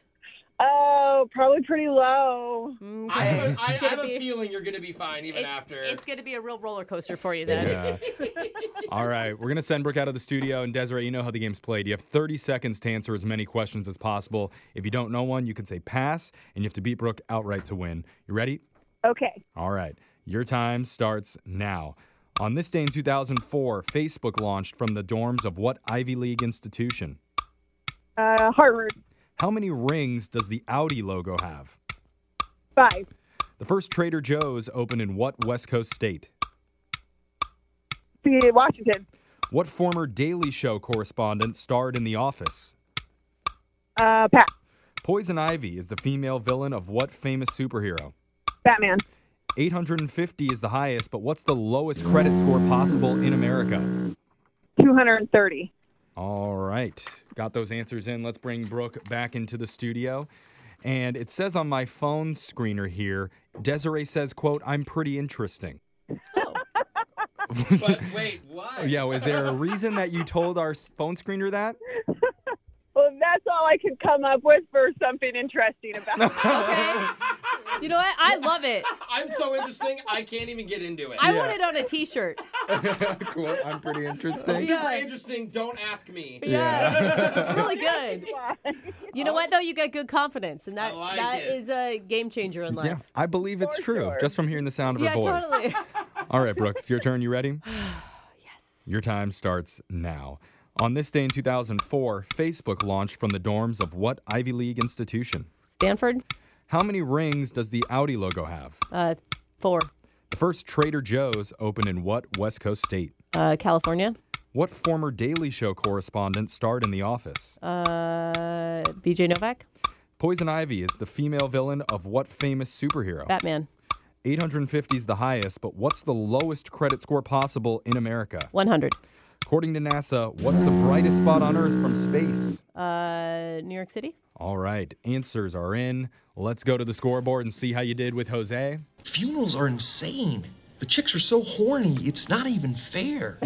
Speaker 22: oh, probably pretty low.
Speaker 2: I have a, I, I have a feeling you're going to be fine even after.
Speaker 1: It's gonna be a real roller coaster for you then.
Speaker 3: All right, we're going to send Brooke out of the studio. And Desiree, you know how the game's played. You have 30 seconds to answer as many questions as possible. If you don't know one, you can say pass, and you have to beat Brooke outright to win. You ready?
Speaker 22: Okay.
Speaker 3: All right, your time starts now. On this day in 2004, Facebook launched from the dorms of what Ivy League institution?
Speaker 22: Uh, Harvard
Speaker 3: How many rings does the Audi logo have?
Speaker 22: five.
Speaker 3: The first Trader Joe's opened in what West Coast state?
Speaker 22: See, Washington.
Speaker 3: What former Daily Show correspondent starred in The Office?
Speaker 22: Uh, Pat.
Speaker 3: Poison Ivy is the female villain of what famous superhero?
Speaker 22: Batman.
Speaker 3: 850 is the highest, but what's the lowest credit score possible in America?
Speaker 22: Two hundred and thirty.
Speaker 3: All right. Got those answers in. Let's bring Brooke back into the studio. And it says on my phone screener here, Desiree says, quote, I'm pretty interesting.
Speaker 2: but wait, what?
Speaker 3: Yeah, was there a reason that you told our s- phone screener that?
Speaker 22: Well, that's all I could come up with for something interesting about.
Speaker 1: You know what? I love it.
Speaker 2: I'm so interesting, I can't even get into it.
Speaker 1: I want it on a T-shirt.
Speaker 3: Quote, I'm pretty interesting.
Speaker 2: Super interesting. Don't ask me.
Speaker 1: Yeah. It's really good. You know what though? You got good confidence, and that that is a game changer in
Speaker 3: Yeah,
Speaker 1: life.
Speaker 3: I believe it's true just from hearing the sound of
Speaker 1: Yeah,
Speaker 3: her voice.
Speaker 1: totally.
Speaker 3: All right, Brooks, your turn. You ready? yes. Your time starts now. On this day in 2004, Facebook launched from the dorms of what Ivy League institution?
Speaker 1: Stanford,
Speaker 3: How many rings does the Audi logo have?
Speaker 1: uh, four,
Speaker 3: The first Trader Joe's opened in what West Coast state?
Speaker 1: uh, California,
Speaker 3: What former Daily Show correspondent starred in The Office?
Speaker 1: uh, BJ Novak,
Speaker 3: Poison Ivy is the female villain of what famous superhero?
Speaker 1: Batman,
Speaker 3: 850 is the highest, but what's the lowest credit score possible in America?
Speaker 1: 100.
Speaker 3: According to NASA, what's the brightest spot on Earth from space?
Speaker 1: uh, New York City.
Speaker 3: All right, answers are in. Let's go to the scoreboard and see how you did with Jose.
Speaker 23: Funerals are insane. The chicks are so horny, it's not even fair.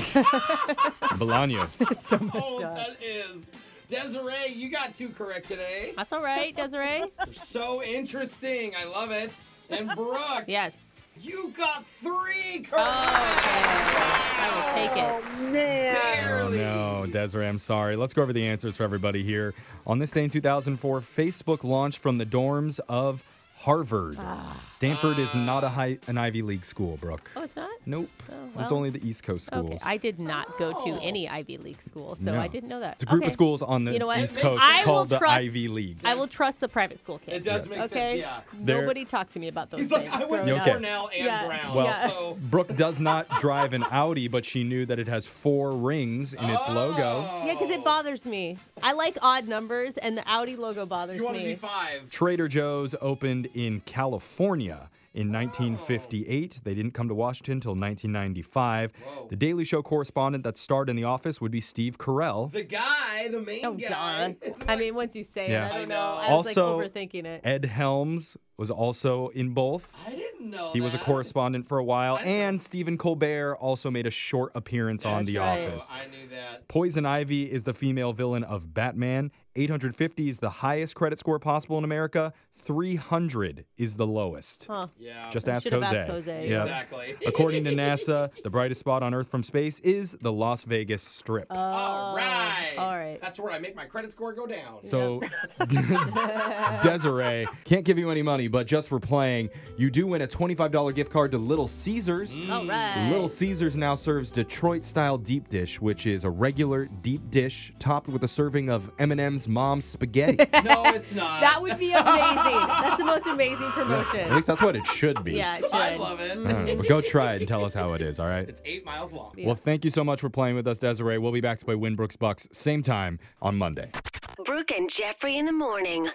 Speaker 3: Bolaños.
Speaker 2: Oh, that is. Desiree, you got two correct today.
Speaker 1: That's all right, Desiree.
Speaker 2: So interesting. I love it. And Brooke.
Speaker 1: yes. Oh,
Speaker 2: You got three correct.
Speaker 1: I will take it.
Speaker 2: Man.
Speaker 3: Oh no, Desiree, I'm sorry. Let's go over the answers for everybody here. On this day in 2004, Facebook launched from the dorms of Harvard.
Speaker 1: Ah.
Speaker 3: Stanford is
Speaker 1: Uh.
Speaker 3: not a high, an Ivy League school, Brooke.
Speaker 1: Oh, it's not.
Speaker 3: Nope. It's
Speaker 1: well.
Speaker 3: only the East Coast schools.
Speaker 1: Okay, I did not go
Speaker 2: Oh.
Speaker 1: to any Ivy League school, so
Speaker 3: No.
Speaker 1: I didn't know that.
Speaker 3: It's a group
Speaker 1: Okay.
Speaker 3: of schools on the
Speaker 1: You know what?
Speaker 3: East Coast
Speaker 1: I will
Speaker 3: called the
Speaker 1: trust-
Speaker 3: Ivy League.
Speaker 1: I will trust the private school kids.
Speaker 2: It does make sense,
Speaker 1: okay?
Speaker 2: yeah.
Speaker 3: They're-
Speaker 1: Nobody talked to me about those
Speaker 2: He's like,
Speaker 1: things.
Speaker 2: I went to
Speaker 1: growing up.
Speaker 2: Cornell and
Speaker 1: Yeah,
Speaker 2: Brown.
Speaker 3: Well,
Speaker 1: yeah.
Speaker 3: Brooke does not drive an Audi, but she knew that it has four rings in its logo.
Speaker 1: Yeah, because
Speaker 2: Oh.
Speaker 1: it bothers me. I like odd numbers, and the Audi logo bothers
Speaker 2: You want to
Speaker 1: me.
Speaker 2: be five.
Speaker 3: Trader Joe's opened in California in 1958. They didn't come to Washington until 1995. The Daily Show correspondent that starred in The Office would be Steve Carell.
Speaker 2: The guy, the main
Speaker 1: oh,
Speaker 2: guy.
Speaker 1: duh. I mean, once you say
Speaker 3: Yeah.
Speaker 1: it, I
Speaker 3: I
Speaker 1: don't know.
Speaker 2: know.
Speaker 1: I was
Speaker 3: also,
Speaker 1: like overthinking it.
Speaker 3: Ed Helms was also in both.
Speaker 2: I didn't know.
Speaker 3: He was a
Speaker 2: that.
Speaker 3: correspondent for a while, and Stephen Colbert also made a short appearance on
Speaker 2: That's
Speaker 3: The
Speaker 2: right.
Speaker 3: Office.
Speaker 2: I knew that.
Speaker 3: Poison Ivy is the female villain of Batman. 850 is the highest credit score possible in America. 300 is the lowest.
Speaker 1: Huh.
Speaker 2: Yeah.
Speaker 3: Just
Speaker 1: You
Speaker 3: ask
Speaker 1: should've
Speaker 3: Jose.
Speaker 1: asked Jose.
Speaker 3: Yeah.
Speaker 2: Exactly.
Speaker 3: According to NASA, the brightest spot on Earth from space is the Las Vegas Strip.
Speaker 1: Oh,
Speaker 2: all right. All right. That's where I make my credit score go down.
Speaker 3: So, Desiree, can't give you any money, but just for playing, you do win a $25 gift card to Little Caesars.
Speaker 1: Mm. All right.
Speaker 3: Little Caesars now serves Detroit style deep dish, which is a regular deep dish topped with a serving of M&M's mom's spaghetti.
Speaker 2: no, it's not.
Speaker 1: That would be amazing. That's the most amazing promotion.
Speaker 3: At least that's what it should be.
Speaker 1: Yeah, it should.
Speaker 2: I love it.
Speaker 3: Uh, but go try it and tell us how it is, all right?
Speaker 2: Eight miles long.
Speaker 3: Well, thank you so much for playing with us, Desiree. We'll be back to play Winbrooks Bucks same time on Monday.
Speaker 13: Brooke and Jeffrey in the morning.